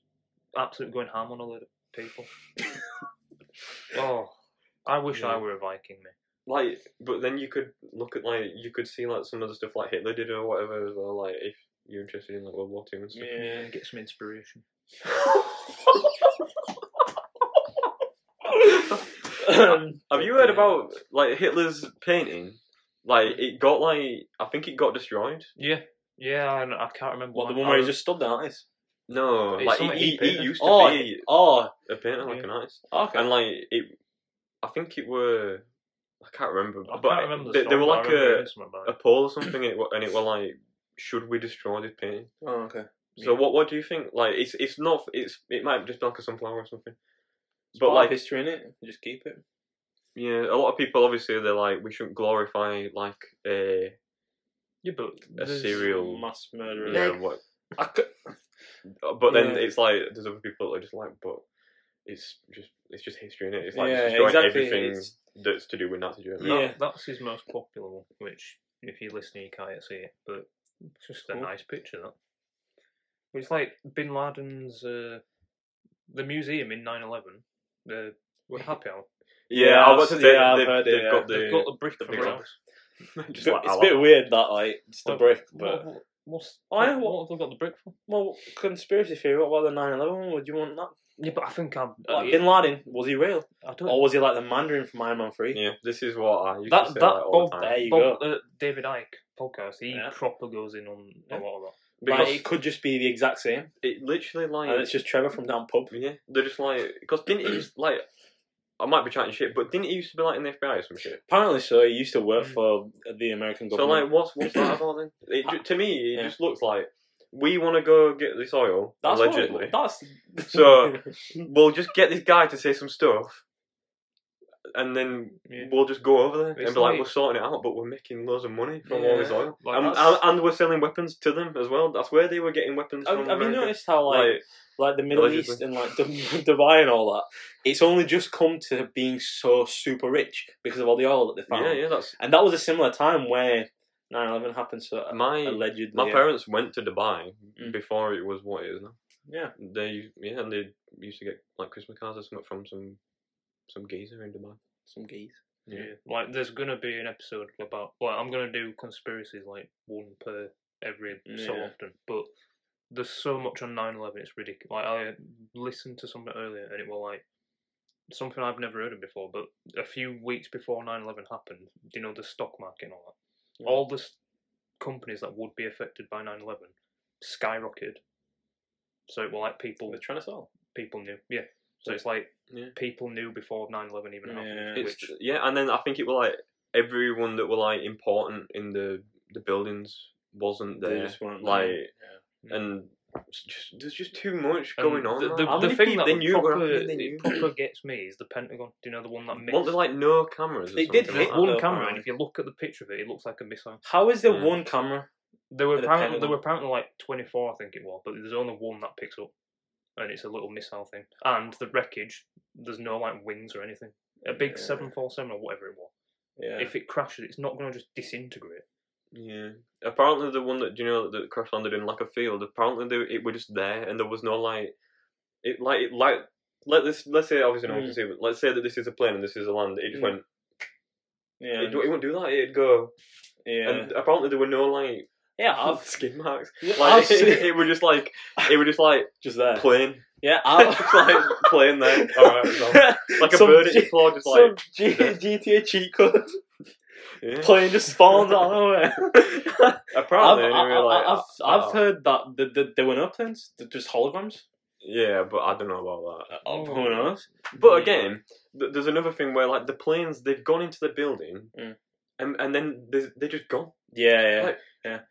Speaker 1: absolutely going ham on a load of people. oh, I wish
Speaker 3: Yeah.
Speaker 1: I were a Viking, man.
Speaker 3: like, but then you could look at like you could see like some of the stuff like Hitler did or whatever as well. Like if you're interested in like World War Two and stuff.
Speaker 1: Yeah, get some inspiration.
Speaker 2: Um,
Speaker 3: Have you heard
Speaker 2: yeah.
Speaker 3: about like Hitler's painting? Like it got like I think it got destroyed.
Speaker 1: Yeah, yeah, I, I can't remember.
Speaker 2: What, the
Speaker 1: when.
Speaker 2: one where
Speaker 1: I
Speaker 2: he just stood there, like this?
Speaker 3: No,
Speaker 1: It's
Speaker 3: like
Speaker 1: something
Speaker 3: he,
Speaker 1: he
Speaker 3: he,
Speaker 1: painted.
Speaker 3: he used to
Speaker 2: Oh,
Speaker 3: be
Speaker 2: oh,
Speaker 3: a painter like
Speaker 1: Yeah. Oh,
Speaker 3: an artist,
Speaker 2: okay.
Speaker 3: and like it, I think it were I can't remember,
Speaker 1: I can't
Speaker 3: but
Speaker 1: remember. The
Speaker 3: they, they
Speaker 1: story,
Speaker 3: were
Speaker 1: but I
Speaker 3: like
Speaker 1: remember
Speaker 3: a,
Speaker 1: hearing something about
Speaker 3: a
Speaker 1: it.
Speaker 3: poll or something, and it, were, and it were like, should we destroy this painting?
Speaker 2: oh, okay.
Speaker 3: So
Speaker 1: Yeah.
Speaker 3: what what do you think? Like it's it's not it's it might just be like a sunflower or something.
Speaker 2: It's
Speaker 3: But,
Speaker 2: part of
Speaker 3: like-
Speaker 2: history in it. Just keep it.
Speaker 3: Yeah, a lot of people obviously they're like we shouldn't glorify like a
Speaker 1: yeah, but
Speaker 3: a
Speaker 1: there's-
Speaker 3: serial
Speaker 2: Mass murderer.
Speaker 3: yeah
Speaker 1: Like-
Speaker 3: what
Speaker 2: I cou-
Speaker 3: Uh, But then
Speaker 2: Yeah.
Speaker 3: it's like there's other people that are just like, but it's just it's just history in it. It's like
Speaker 2: Yeah,
Speaker 3: destroying
Speaker 2: exactly,
Speaker 3: everything
Speaker 2: it's-
Speaker 3: that's to do with Nazi Germany.
Speaker 1: That,
Speaker 2: Yeah.
Speaker 1: that's his most popular one. Which, if you're listening, you can't see it, but it's just a
Speaker 2: Cool.
Speaker 1: nice picture. That it's like Bin Laden's uh, the museum in 9/11. The what happy hour.
Speaker 3: yeah,
Speaker 2: Yeah,
Speaker 3: I
Speaker 2: I've-
Speaker 3: was about to say
Speaker 2: yeah, I've
Speaker 3: they've,
Speaker 2: heard it,
Speaker 3: they've
Speaker 2: yeah.
Speaker 3: got the
Speaker 1: They've got the brick
Speaker 3: the
Speaker 1: from
Speaker 3: brick
Speaker 1: it.
Speaker 3: house.
Speaker 2: It's
Speaker 3: just
Speaker 2: a bit-
Speaker 3: like
Speaker 2: it's a
Speaker 3: Allah.
Speaker 2: bit weird that like just a
Speaker 1: What-
Speaker 2: brick,
Speaker 1: what-
Speaker 2: but
Speaker 1: what- what's
Speaker 2: Oh, yeah,
Speaker 1: what,
Speaker 2: what-
Speaker 1: what have they got the brick for?
Speaker 2: well, conspiracy theory. What about the 9/11? one? Would you want that?
Speaker 1: Oh, Yeah, but I think I'm.
Speaker 2: Like, Bin Laden was he real,
Speaker 1: I don't.
Speaker 2: or was he like the Mandarin from Iron Man Three?
Speaker 3: Yeah, this is what I used
Speaker 1: That-
Speaker 3: to say
Speaker 1: that
Speaker 3: like, all
Speaker 1: bomb
Speaker 3: the time.
Speaker 2: There you
Speaker 1: Bob,
Speaker 2: go.
Speaker 1: uh, David Icke podcast. He
Speaker 2: Yeah.
Speaker 1: proper goes in on
Speaker 2: Yeah.
Speaker 1: a lot of that.
Speaker 3: Because
Speaker 2: Like it could just be the exact same,
Speaker 3: it literally like
Speaker 2: and it's just Trevor from down pub.
Speaker 3: yeah, they're just like because didn't it used like I might be chatting shit, but didn't it used to be like in the FBI or some shit?
Speaker 2: Apparently, so he used to work
Speaker 1: Mm.
Speaker 2: for the American
Speaker 3: So
Speaker 2: government.
Speaker 3: like, what's what's that about then? It, ju- to me, it
Speaker 2: Yeah.
Speaker 3: just looks like we want to go get this oil
Speaker 2: that's what-
Speaker 3: allegedly.
Speaker 2: that's
Speaker 3: So- we'll just get this guy to say some stuff, and then
Speaker 1: Yeah.
Speaker 3: we'll just go over there
Speaker 1: It's
Speaker 3: and be like,
Speaker 1: like-
Speaker 3: we're sorting it out, but we're making loads of money from all this
Speaker 2: Yeah.
Speaker 3: oil,
Speaker 1: Like,
Speaker 3: and, and,
Speaker 1: that's-
Speaker 3: and we're selling weapons to them as well. That's where they were getting weapons
Speaker 2: have,
Speaker 3: from.
Speaker 2: have you
Speaker 3: America.
Speaker 2: noticed how like
Speaker 3: Like,
Speaker 2: like the Middle
Speaker 3: Allegedly.
Speaker 2: East and like Dub- Dubai and all that? It's only just come to being so super rich because of all the oil that they found.
Speaker 3: yeah, yeah, that's
Speaker 2: And that was a similar time where 9/11 happened. So
Speaker 3: my
Speaker 2: allegedly,
Speaker 3: my
Speaker 2: yeah.
Speaker 3: parents went to Dubai
Speaker 2: Mm.
Speaker 3: before it was what it is now.
Speaker 2: Yeah.
Speaker 3: They yeah, and they used to get like Christmas cards or something from some some geezer in Dubai.
Speaker 2: some geese.
Speaker 1: Yeah. Like, there's gonna be an episode about. Well, I'm gonna do conspiracies like one per every so
Speaker 2: Mm, Yeah.
Speaker 1: often, but there's so much on 9/11. It's ridiculous. Like, I listened to something earlier, and it was like something I've never heard of before. But a few weeks before 9/11 happened, you know, the stock market and all that.
Speaker 2: Yeah.
Speaker 1: All the s- companies that would be affected by 9/11 skyrocketed. So it were like people
Speaker 2: They're trying to sell.
Speaker 1: people knew. Yeah. So it's like
Speaker 3: Yeah.
Speaker 1: people knew before 9/11 even happened.
Speaker 2: Yeah.
Speaker 3: It's,
Speaker 1: Which
Speaker 3: yeah, and then I think it was like everyone that were like important in the the buildings wasn't
Speaker 2: They
Speaker 3: there.
Speaker 2: just weren't
Speaker 3: like,
Speaker 2: there.
Speaker 1: Mm, Yeah.
Speaker 3: and it's just, there's just too much
Speaker 1: and
Speaker 3: going on.
Speaker 1: Um, The,
Speaker 3: man.
Speaker 1: the,
Speaker 3: How
Speaker 1: the
Speaker 3: many
Speaker 1: thing
Speaker 3: people
Speaker 1: that
Speaker 3: they knew were
Speaker 1: proper,
Speaker 3: happening, they
Speaker 1: it
Speaker 3: knew?
Speaker 1: proper gets me is the Pentagon. Do you know the one that missed?
Speaker 3: Weren't there like no cameras? or
Speaker 2: They did
Speaker 3: something
Speaker 1: There's
Speaker 2: hit
Speaker 3: like that?
Speaker 1: one
Speaker 2: though,
Speaker 1: camera, and
Speaker 2: right?
Speaker 1: if you look at the picture of it, it looks like a missile.
Speaker 2: How is there
Speaker 3: Yeah.
Speaker 2: one camera?
Speaker 1: There were
Speaker 2: The
Speaker 1: apparently there
Speaker 2: Pentagon.
Speaker 1: were apparently like twenty four, I think it was, but there's only one that picks up, and it's a little missile thing. And the wreckage, there's no like wings or anything. A big
Speaker 2: Yeah.
Speaker 1: seven four seven or whatever it was.
Speaker 2: Yeah.
Speaker 1: If it crashes, it's not going to just disintegrate.
Speaker 3: Yeah. Apparently, the one that do you know that crash landed in like a field. Apparently, they, it were just there, and there was no like, it like it like let this let's say obviously no one
Speaker 2: Hmm.
Speaker 3: can see, but let's say that this is a plane and this is a land. It just
Speaker 2: Mm.
Speaker 3: went.
Speaker 2: yeah.
Speaker 3: It, it wouldn't do that. It'd go.
Speaker 2: yeah.
Speaker 3: And apparently, there were no like
Speaker 2: yeah. I've,
Speaker 3: skin marks.
Speaker 2: yeah, I've
Speaker 3: Like it,
Speaker 2: seen
Speaker 3: it,
Speaker 2: it.
Speaker 3: were just like it were just like
Speaker 2: Just there.
Speaker 3: plain,
Speaker 2: Yeah.
Speaker 3: just like
Speaker 2: I've,
Speaker 3: plain there. All right, so. like a bird at
Speaker 2: G-
Speaker 3: the floor, just
Speaker 2: some
Speaker 3: like
Speaker 2: G-
Speaker 3: there.
Speaker 2: GTA cheat code
Speaker 3: yeah.
Speaker 2: plane just spawns out of nowhere.
Speaker 3: apparently.
Speaker 2: I've, I-
Speaker 3: anyway,
Speaker 2: I-
Speaker 3: like,
Speaker 2: I've,
Speaker 3: I-
Speaker 2: I've heard that the, the, there were no planes, they're just holograms.
Speaker 3: yeah, but I don't know about that.
Speaker 1: Oh.
Speaker 2: Who knows?
Speaker 3: But again, th- there's another thing where like the planes they've gone into the building,
Speaker 2: Mm.
Speaker 3: and and then they they just gone.
Speaker 2: Yeah, yeah.
Speaker 3: Like,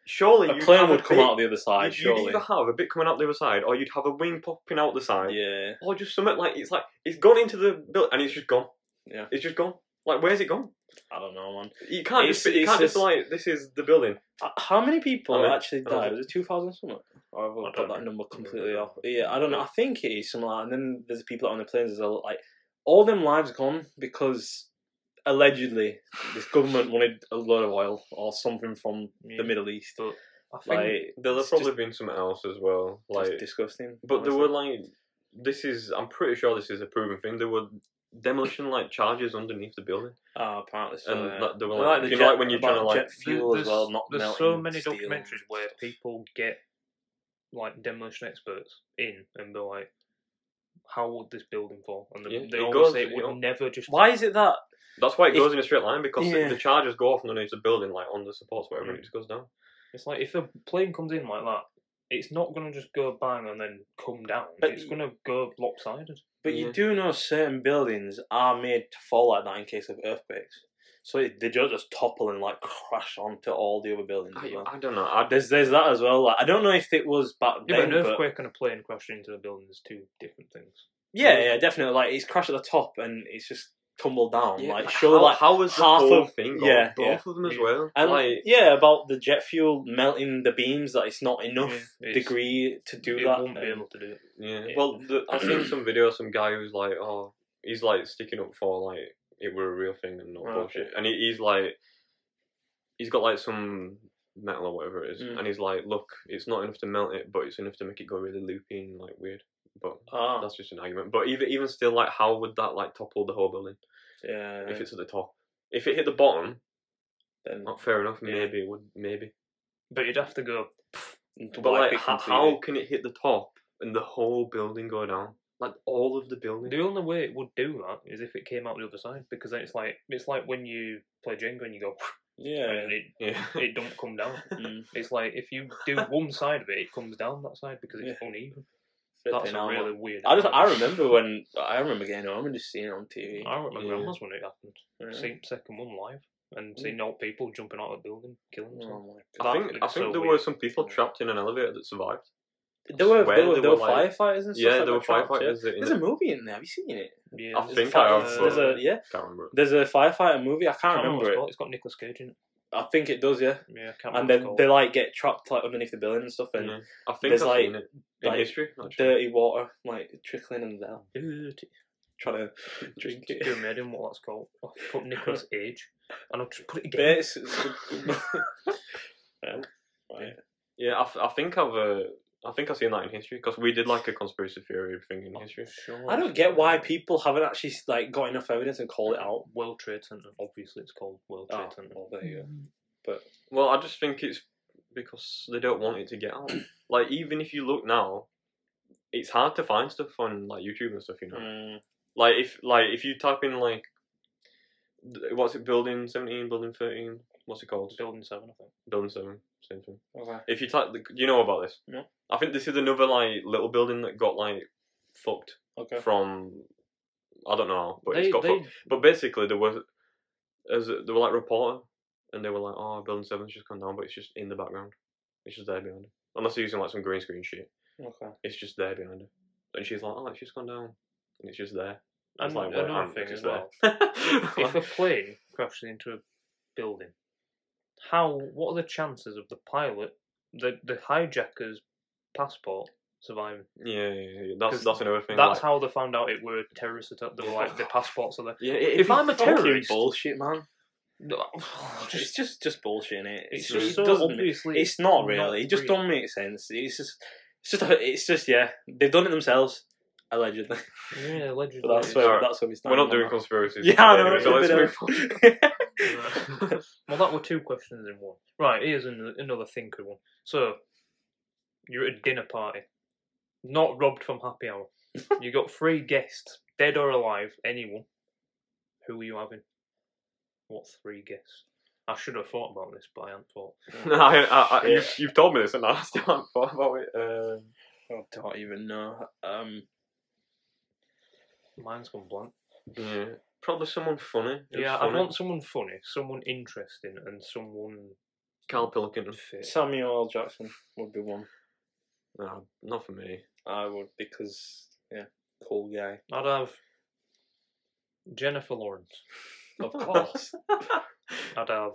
Speaker 3: Surely
Speaker 2: a
Speaker 3: you'd
Speaker 2: plane
Speaker 3: have
Speaker 2: would
Speaker 3: a
Speaker 2: come
Speaker 3: bit-
Speaker 2: out the other side,
Speaker 3: You'd, you'd
Speaker 2: surely.
Speaker 3: either have a bit coming out the other side, or you'd have a wing popping out the side,
Speaker 2: Yeah.
Speaker 3: or just something like it's like it's gone into the building and it's just gone.
Speaker 2: Yeah.
Speaker 3: it's just gone. Like where's it gone?
Speaker 2: I don't know, man.
Speaker 3: You can't
Speaker 2: It's-
Speaker 3: just be- you
Speaker 2: it's
Speaker 3: can't just,
Speaker 2: just-
Speaker 3: like this is the building.
Speaker 2: Uh, How many people
Speaker 3: I mean,
Speaker 2: actually
Speaker 3: I don't
Speaker 2: died?
Speaker 3: know.
Speaker 2: Was it 2,000 something? Or have I
Speaker 1: I
Speaker 2: got
Speaker 1: don't
Speaker 2: that
Speaker 1: know.
Speaker 2: number completely off? Yeah, I don't know. I think it is something like And then there's people that are on the planes as well. Like, all them lives gone because allegedly this government wanted a load of oil or something from
Speaker 1: Yeah.
Speaker 2: the Middle East.
Speaker 1: But I think
Speaker 2: Like,
Speaker 3: There'll
Speaker 2: it's
Speaker 3: have probably been something else as well.
Speaker 2: just
Speaker 3: Like
Speaker 2: disgusting.
Speaker 3: But there
Speaker 2: honestly.
Speaker 3: were like, this is I'm pretty sure this is a proven thing. There were demolition like charges underneath the building.
Speaker 2: Oh, apparently so.
Speaker 3: And
Speaker 2: yeah.
Speaker 3: that they were
Speaker 2: Well,
Speaker 3: like-
Speaker 2: the
Speaker 3: you know, like when you're
Speaker 2: about
Speaker 3: trying to, like-
Speaker 2: jet fuel as
Speaker 1: there's,
Speaker 2: well, not
Speaker 1: there's
Speaker 2: melting
Speaker 1: so many
Speaker 2: steel and
Speaker 1: documentaries where
Speaker 2: stuff.
Speaker 1: people get like demolition experts in and they're like, "How would this building fall?" And they,
Speaker 3: Yeah,
Speaker 1: they
Speaker 3: it
Speaker 1: always
Speaker 3: goes-
Speaker 1: say it
Speaker 3: it
Speaker 1: would
Speaker 3: all-
Speaker 1: never just.
Speaker 2: Why is it that?
Speaker 3: That's why it
Speaker 2: If-
Speaker 3: goes in a straight line because the-
Speaker 2: Yeah.
Speaker 3: the charges go off underneath the building, like on the supports, whatever,
Speaker 1: Mm.
Speaker 3: it just goes down.
Speaker 1: It's like if a plane comes in like that, it's not gonna just go bang and then come down.
Speaker 2: But
Speaker 1: it's
Speaker 2: y-
Speaker 1: gonna go lopsided.
Speaker 2: But
Speaker 3: Yeah.
Speaker 2: you do know certain buildings are made to fall like that in case of earthquakes. So it, they don't just topple and like crash onto all the other buildings. as
Speaker 3: I,
Speaker 2: well.
Speaker 3: I don't know. I,
Speaker 2: There's there's that as well. Like, I don't know if it was back
Speaker 1: Yeah,
Speaker 2: then.
Speaker 1: but an earthquake and a plane crashing into a building is two different things.
Speaker 2: yeah, yeah, definitely. Like it's crashed at the top and it's just tumbled down.
Speaker 3: yeah,
Speaker 2: like
Speaker 3: but
Speaker 2: sure,
Speaker 3: how,
Speaker 2: like
Speaker 3: how was the
Speaker 2: half
Speaker 3: whole
Speaker 2: of-
Speaker 3: thing?
Speaker 2: yeah,
Speaker 3: Yeah, both
Speaker 2: yeah.
Speaker 3: of them as
Speaker 1: Yeah.
Speaker 3: well.
Speaker 2: And
Speaker 3: like,
Speaker 2: yeah, about the jet fuel melting the beams, that it's not enough
Speaker 1: Yeah, it's-
Speaker 2: degree to do
Speaker 1: it
Speaker 2: that.
Speaker 1: won't be
Speaker 2: um,
Speaker 1: able to do it.
Speaker 3: yeah.
Speaker 2: Yeah.
Speaker 3: Well, the, I seen some video of some guy who's like, oh, he's like sticking up for like it were a real thing and not
Speaker 1: Oh,
Speaker 3: bullshit, and he, he's like, he's got like some metal or whatever it is,
Speaker 2: Mm.
Speaker 3: and he's like, look, it's not enough to melt it, but it's enough to make it go really loopy and like weird. But
Speaker 2: ah,
Speaker 3: that's just an argument. But even even still, like, how would that like topple the whole building
Speaker 2: yeah.
Speaker 3: if it's at the top? If it hit the bottom,
Speaker 2: then
Speaker 3: not fair enough.
Speaker 2: Yeah.
Speaker 3: Maybe it would maybe.
Speaker 1: But you'd have to go.
Speaker 2: to
Speaker 3: But
Speaker 2: wipe
Speaker 3: like,
Speaker 2: it
Speaker 3: how,
Speaker 2: completely.
Speaker 3: how can it hit the top and the whole building go down? Like all of the building.
Speaker 1: The only way it would do that is if it came out the other side, because then it's like it's like when you play Jenga and you go
Speaker 2: Yeah.
Speaker 1: and it
Speaker 3: Yeah.
Speaker 1: it don't come down.
Speaker 2: Mm.
Speaker 1: It's like if you do one side of it, it comes down that side because it's uneven. That's
Speaker 2: Flipping
Speaker 1: a
Speaker 2: hell,
Speaker 1: really
Speaker 2: man.
Speaker 1: weird.
Speaker 2: I just I
Speaker 1: analogy.
Speaker 2: remember when I remember getting home and just seeing it on TV.
Speaker 1: I remember my
Speaker 3: Yeah.
Speaker 1: grandma's when it happened.
Speaker 2: Yeah.
Speaker 1: Seen second one live and seeing old people jumping out of the building, killing themselves.
Speaker 2: Mm. Oh my
Speaker 1: That
Speaker 3: I think
Speaker 1: is
Speaker 3: I think
Speaker 1: so
Speaker 3: there were
Speaker 1: weird.
Speaker 3: some people trapped in an elevator that survived.
Speaker 2: God. There were
Speaker 3: swear
Speaker 2: there were,
Speaker 3: they
Speaker 2: there were
Speaker 3: were, like-
Speaker 2: firefighters and stuff.
Speaker 3: Yeah,
Speaker 2: like
Speaker 3: there were
Speaker 2: that trapped, yeah.
Speaker 3: firefighters. that in
Speaker 2: There's
Speaker 3: it.
Speaker 2: a movie in there. Have you seen it?
Speaker 1: Yeah,
Speaker 3: I
Speaker 1: there's
Speaker 3: think
Speaker 1: a
Speaker 3: I
Speaker 1: fi-
Speaker 3: have,
Speaker 1: uh,
Speaker 2: There's a yeah.
Speaker 3: Can't remember.
Speaker 2: There's a firefighter movie. I can't
Speaker 1: can't remember what
Speaker 2: remember
Speaker 1: it's
Speaker 2: it.
Speaker 1: called. It's got Nicolas Cage in it.
Speaker 2: I think it does. Yeah.
Speaker 1: Yeah, I can't
Speaker 2: And
Speaker 1: remember.
Speaker 2: then
Speaker 1: what
Speaker 2: they
Speaker 1: it's
Speaker 2: like get trapped like underneath the building and stuff, and
Speaker 3: Yeah. I think I've
Speaker 2: there's, like,
Speaker 3: seen it in
Speaker 2: like,
Speaker 3: history. Actually.
Speaker 2: dirty water like trickling and down,
Speaker 1: called. Dirty.
Speaker 2: trying to drink
Speaker 1: Just do
Speaker 2: it.
Speaker 1: a medium, what that's called. I'll put Nicolas Cage, and I'll just put it again.
Speaker 2: Bits. Yeah. Um, Right.
Speaker 3: Yeah, I, f- I think I've uh, I think I've seen that in history because we did like a conspiracy theory thing in Oh. history.
Speaker 1: Sure.
Speaker 2: I don't get why people haven't actually like got enough evidence and called it out.
Speaker 1: World Trade Center. Obviously, it's called World Trade
Speaker 2: Oh,
Speaker 1: Center.
Speaker 2: well, there you go.
Speaker 3: Well, I just think it's because they don't want it to get out. like even if you look now, it's hard to find stuff on like YouTube and stuff. You know,
Speaker 1: Mm.
Speaker 3: like if like if you type in like th- what's it building seventeen, building thirteen, what's it called?
Speaker 1: Building Seven, I think.
Speaker 3: Building seven, same thing.
Speaker 2: Okay.
Speaker 3: If you type, the- you know about this.
Speaker 2: No.
Speaker 3: I think this is another like little building that got like fucked
Speaker 2: Okay.
Speaker 3: from. I don't know, but
Speaker 1: They,
Speaker 3: it's got
Speaker 1: they,
Speaker 3: fucked. But basically, there was, as a- they were like reporter, and they were like, "Oh, building seven's just gone down, but it's just in the background. It's just there behind her. Unless they're using like some green screen shit,
Speaker 2: Okay.
Speaker 3: it's just there behind her." And she's like, "Oh, it's just gone down, and it's just there."
Speaker 1: and
Speaker 3: It's like, well,
Speaker 1: another
Speaker 3: um,
Speaker 1: thing
Speaker 3: it's
Speaker 1: as
Speaker 3: there.
Speaker 1: well. if a
Speaker 3: Like,
Speaker 1: plane crashes into a building, how? What are the chances of the pilot, the the hijacker's passport surviving?
Speaker 3: yeah, yeah, yeah, yeah. that's
Speaker 1: 'Cause
Speaker 3: that's another thing.
Speaker 1: That's
Speaker 3: like-
Speaker 1: how they found out it were a terrorist attack. They were like the passports are there.
Speaker 3: Yeah, i-
Speaker 1: If
Speaker 3: if
Speaker 1: I'm a
Speaker 2: Fucking
Speaker 1: terrorist,
Speaker 2: bullshit, man. It's
Speaker 1: just,
Speaker 2: just just bullshit, innit?
Speaker 1: it's
Speaker 2: it
Speaker 1: just so
Speaker 2: doesn't-
Speaker 1: obviously
Speaker 2: It's not really. It just
Speaker 1: real.
Speaker 2: don't make sense. It's just, it's just, it's just, yeah. They've done it themselves, allegedly.
Speaker 1: Yeah,
Speaker 2: But
Speaker 1: allegedly.
Speaker 2: that's
Speaker 1: it's-
Speaker 2: where
Speaker 3: Alright.
Speaker 2: that's where we stand.
Speaker 3: we're not
Speaker 2: on
Speaker 3: doing
Speaker 2: that.
Speaker 3: conspiracies.
Speaker 2: Yeah, I know.
Speaker 3: anyway, so let's move on.
Speaker 2: it's
Speaker 1: well, that were two questions in one. Right, here's an, another thinker one. So, you're at a dinner party, not robbed from happy hour. you got three guests, dead or alive, anyone. Who are you having? What three guests? I should have thought about this, but I haven't thought.
Speaker 3: No, I, I, I,
Speaker 2: Yeah.
Speaker 3: you've, you've told me this, and I still haven't thought about it. Um,
Speaker 2: I oh, don't even know. Um,
Speaker 1: Mine's gone blank.
Speaker 3: yeah, probably someone funny. who's
Speaker 1: yeah,
Speaker 3: funny.
Speaker 1: I want someone funny, someone interesting, and someone
Speaker 3: Carl Pilkington.
Speaker 1: fit.
Speaker 2: Samuel L. Jackson would be one.
Speaker 3: Nah, not for me.
Speaker 2: I would because yeah, cool guy.
Speaker 1: I'd have Jennifer Lawrence.
Speaker 2: Of course.
Speaker 1: I'd have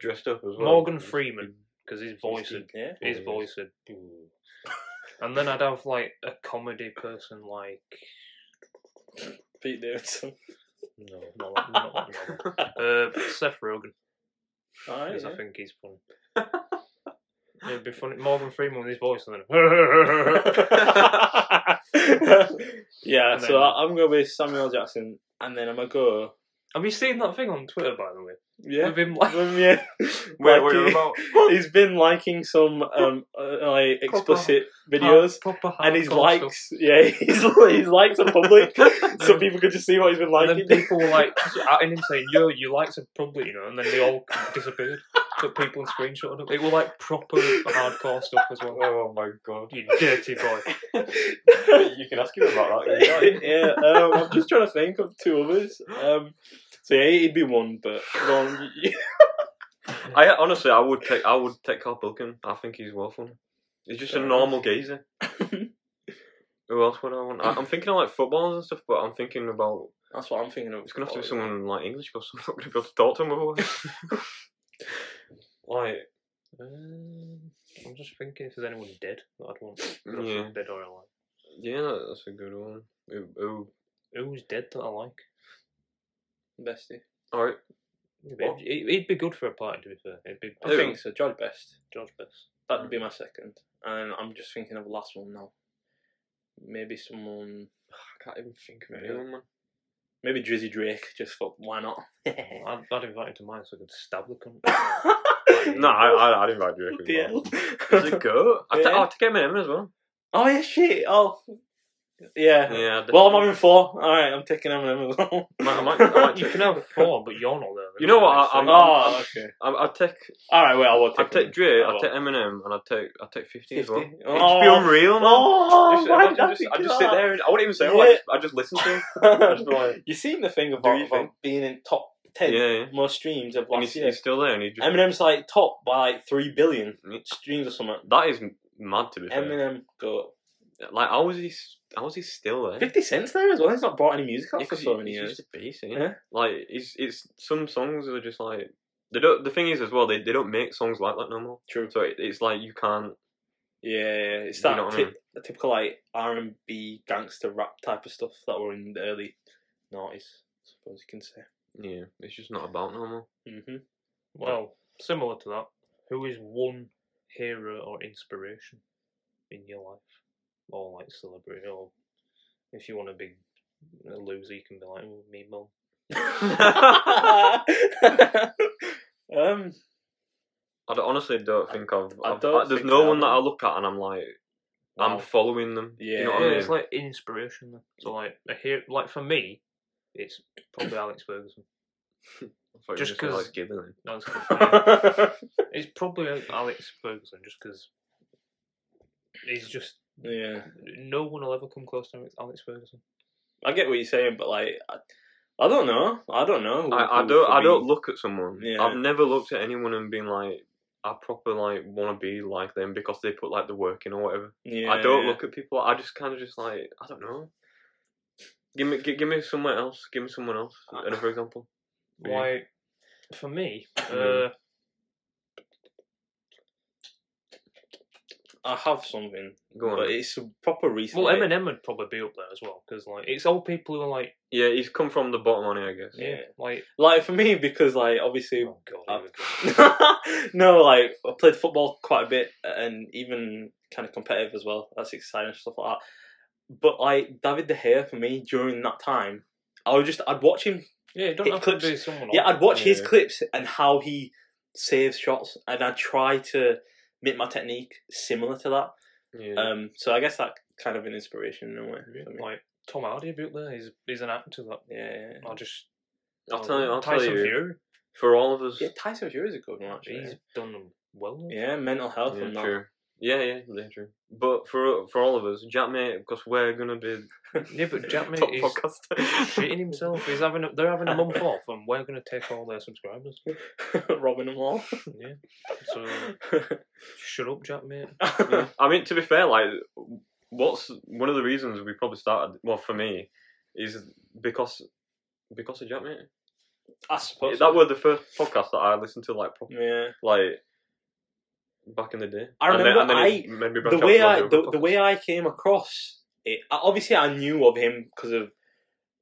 Speaker 3: Dressed up as well.
Speaker 1: Morgan Freeman because his voice had
Speaker 2: Yeah.
Speaker 1: his
Speaker 3: Always.
Speaker 1: voice had. And then I'd have like a comedy person like
Speaker 2: Pete Davidson.
Speaker 1: no, not like, not like Nolan. uh, Seth Rogen
Speaker 2: Alright.
Speaker 1: because
Speaker 2: Oh, Yeah.
Speaker 1: I think he's fun. It'd be funny. Morgan Freeman with his voice and then.
Speaker 2: yeah,
Speaker 1: And then-
Speaker 2: so I, I'm going with Samuel Jackson, and then I'm going to go.
Speaker 1: Have you seen that thing on Twitter, by the way?
Speaker 2: Yeah.
Speaker 1: With him like,
Speaker 2: Um, yeah.
Speaker 3: Where
Speaker 2: Like,
Speaker 3: were you
Speaker 2: he-
Speaker 3: about?
Speaker 2: He's been liking some um, uh, like explicit videos.
Speaker 1: hard- proper
Speaker 2: And his
Speaker 1: hardcore stuff.
Speaker 2: likes, yeah, he's, he's likes are public, so people could just see what he's been
Speaker 1: And
Speaker 2: liking.
Speaker 1: then people were like outing him saying, "Yo, you likes are probably you know," and then they all disappeared. But people and screenshotted them. It were like proper hardcore stuff as well.
Speaker 3: Oh my god.
Speaker 1: You dirty boy.
Speaker 3: You can ask him about that. yeah, yeah.
Speaker 2: yeah, um, I'm just trying to think of two others. Um, so yeah, he'd be one, but go on, you-
Speaker 3: I honestly, I would take, I would take Carl Pilkin. I think he's well funny. He's just a
Speaker 2: Fair
Speaker 3: normal geezer. Who else would I want? I, I'm thinking of like footballers and stuff, but I'm thinking about
Speaker 2: that's what I'm thinking of. Oh,
Speaker 3: it's gonna have to be someone like English because I'm not gonna be able to talk to him otherwise. like,
Speaker 1: Um, I'm just thinking if there's anyone dead that I'd want. That's
Speaker 3: Yeah.
Speaker 1: Dead or alive.
Speaker 3: yeah, that, that's a good one. Ooh, ooh.
Speaker 1: Who's dead that I like?
Speaker 2: Bestie.
Speaker 3: All right, What?
Speaker 1: He'd, he'd- he'd be good for a party, to be fair. It'd be
Speaker 2: I
Speaker 3: Who?
Speaker 2: think so. George Best.
Speaker 1: George Best.
Speaker 2: That'd be my second, and I'm just thinking of the last one now. Maybe someone,
Speaker 3: I can't even think of
Speaker 2: Yeah.
Speaker 3: anyone, man.
Speaker 2: maybe Drizzy Drake. Just for why not?
Speaker 1: I'd, I'd invite him to mine so I could stab the cunt.
Speaker 3: No, I, I, I didn't write Drake.
Speaker 2: DL.
Speaker 3: Is it go? I
Speaker 2: Yeah.
Speaker 3: will take Eminem as well.
Speaker 2: oh yeah, shit. Oh, yeah.
Speaker 3: Yeah.
Speaker 2: Well, I'm having four. All right, I'm taking Eminem as well.
Speaker 3: I might- I might- I might-
Speaker 1: you can have four, but you're not there.
Speaker 3: You know what, I- I'm-
Speaker 2: oh, okay.
Speaker 3: I, I'd take,
Speaker 2: All right, well, I will take.
Speaker 3: I'd take
Speaker 2: him.
Speaker 3: Drake,
Speaker 2: I
Speaker 3: I'd
Speaker 2: will.
Speaker 3: take Eminem, and I'd take, I'd take 50, as well.
Speaker 2: 50.
Speaker 3: It'd just be
Speaker 2: Oh.
Speaker 3: unreal, man.
Speaker 2: Oh,
Speaker 3: Just-
Speaker 2: why
Speaker 3: imagine
Speaker 2: did I
Speaker 3: just-
Speaker 2: think
Speaker 3: I just
Speaker 2: of
Speaker 3: sit
Speaker 2: that?
Speaker 3: there and I wouldn't even say
Speaker 2: Yeah.
Speaker 3: what, I just- I just listen to him. I just be like,
Speaker 2: you seen the thing
Speaker 3: Do
Speaker 2: about,
Speaker 3: you
Speaker 2: about
Speaker 3: think?
Speaker 2: being in top
Speaker 3: yeah,
Speaker 2: ten
Speaker 3: yeah.
Speaker 2: most streams of
Speaker 3: And
Speaker 2: last
Speaker 3: he's,
Speaker 2: year.
Speaker 3: he's still there, and he just,
Speaker 2: Eminem's like top by like three billion
Speaker 3: Me-
Speaker 2: streams or something.
Speaker 3: that is mad to be fair.
Speaker 2: Eminem got
Speaker 3: Like, how is he, s- how is he still there?
Speaker 2: fifty cents there as well. He's not brought any music out
Speaker 3: Yeah,
Speaker 2: for
Speaker 3: 'cause
Speaker 2: so
Speaker 3: he-
Speaker 2: many
Speaker 3: he's
Speaker 2: years.
Speaker 3: just a beast, innit?
Speaker 2: Yeah.
Speaker 3: Like, it's, it's, some songs are just like, they don't, the thing is as well, they, they don't make songs like that no more.
Speaker 2: True.
Speaker 3: So it, it's like, you can't,
Speaker 2: Yeah, yeah, it's
Speaker 3: You
Speaker 2: that
Speaker 3: know what I
Speaker 2: ty-
Speaker 3: mean?
Speaker 2: the typical like R and B gangster rap type of stuff that were in the early noughties, I suppose you can say.
Speaker 3: yeah, it's just not about no more.
Speaker 2: Mm-hmm.
Speaker 1: Well, similar to that, who is one hero or inspiration in your life, or like celebrity, or if you want to be a loser, you can be like "Oh, me mum.
Speaker 2: um,
Speaker 3: I don't- honestly don't think I've,
Speaker 2: I
Speaker 3: I've
Speaker 2: don't
Speaker 3: there's
Speaker 2: think
Speaker 3: no
Speaker 2: I
Speaker 3: one that
Speaker 2: would.
Speaker 3: I look at and I'm like, I'm
Speaker 2: wow.
Speaker 3: following them. Yeah. You know
Speaker 1: Yeah,
Speaker 3: what I mean?
Speaker 1: it's like inspiration. Then. So like a hero, like for me, it's probably Alex Ferguson.
Speaker 3: I thought you were
Speaker 1: just
Speaker 3: gonna say,
Speaker 1: 'cause-
Speaker 3: like, given it.
Speaker 1: No, it's, yeah, it's probably Alex Ferguson just because he's just
Speaker 2: yeah,
Speaker 1: no one will ever come close to Alex Ferguson.
Speaker 2: I get what you're saying, but like, I, I don't know. I don't know. who-
Speaker 3: I, I
Speaker 2: who
Speaker 3: don't
Speaker 2: for
Speaker 3: I
Speaker 2: me-
Speaker 3: don't look at someone.
Speaker 2: Yeah.
Speaker 3: I've never looked at anyone and been like, I proper like want to be like them because they put like the work in or whatever.
Speaker 2: Yeah,
Speaker 3: I don't
Speaker 2: yeah.
Speaker 3: look at people. I just kind of just like I don't know. Give me give, give me someone else. Give me someone else.
Speaker 2: Ah.
Speaker 3: Another example. Yeah.
Speaker 1: Why? For me, uh,
Speaker 3: Mm.
Speaker 2: I have something,
Speaker 3: Go on.
Speaker 2: but it's a proper recent.
Speaker 1: well, Eminem would probably be up there as well because like it's all people who are like.
Speaker 3: yeah, he's come from the bottom on it, I guess.
Speaker 1: Yeah.
Speaker 2: Yeah.
Speaker 1: Like,
Speaker 2: Like for me, because like obviously,
Speaker 1: oh god,
Speaker 2: uh,
Speaker 1: here we go.
Speaker 2: no, like I played football quite a bit and even kind of competitive as well. That's exciting stuff like that. But like David De Gea for me during that time, I would just I'd watch him.
Speaker 1: yeah, you don't
Speaker 2: it
Speaker 1: have
Speaker 2: clips-
Speaker 1: to be someone.
Speaker 2: Yeah,
Speaker 1: else.
Speaker 2: I'd watch his
Speaker 3: Yeah.
Speaker 2: clips and how he saves shots, and I'd try to make my technique similar to that.
Speaker 3: Yeah.
Speaker 2: Um, so I guess that kind of an inspiration in a way.
Speaker 1: Yeah,
Speaker 2: For me.
Speaker 1: Like Tom Hardy about there, he's he's an actor that
Speaker 2: Yeah, yeah.
Speaker 1: I just. uh,
Speaker 2: Uh,
Speaker 3: I'll tell you. I'll
Speaker 1: Tyson
Speaker 3: tell you.
Speaker 1: Fury,
Speaker 3: For all of us.
Speaker 2: yeah, Tyson Fury is a good one actually.
Speaker 1: he's done well.
Speaker 2: Yeah, mental health
Speaker 3: Yeah,
Speaker 2: and that.
Speaker 3: true. Yeah, yeah, yeah, true. But for for all of us, Jack mate, because we're gonna be
Speaker 1: yeah, but Jack mate
Speaker 3: top
Speaker 1: is
Speaker 3: podcast.
Speaker 1: shitting himself. He's having a, they're having a month off, and we're going to take all their subscribers.
Speaker 2: robbing them all.
Speaker 1: Yeah, so shut up, Jack mate.
Speaker 3: Yeah. I mean, to be fair, like, what's one of the reasons we probably started? Well, for me, is because because of Jack mate.
Speaker 2: I suppose
Speaker 3: That were the first podcast that I listened to, like, pro-
Speaker 2: Yeah,
Speaker 3: like back in the day.
Speaker 2: I remember
Speaker 3: it made me branch
Speaker 2: the
Speaker 3: out to
Speaker 2: way
Speaker 3: all
Speaker 2: I
Speaker 3: other
Speaker 2: the, the
Speaker 3: podcasts.
Speaker 2: way I came across it. I- Obviously, I knew of him because of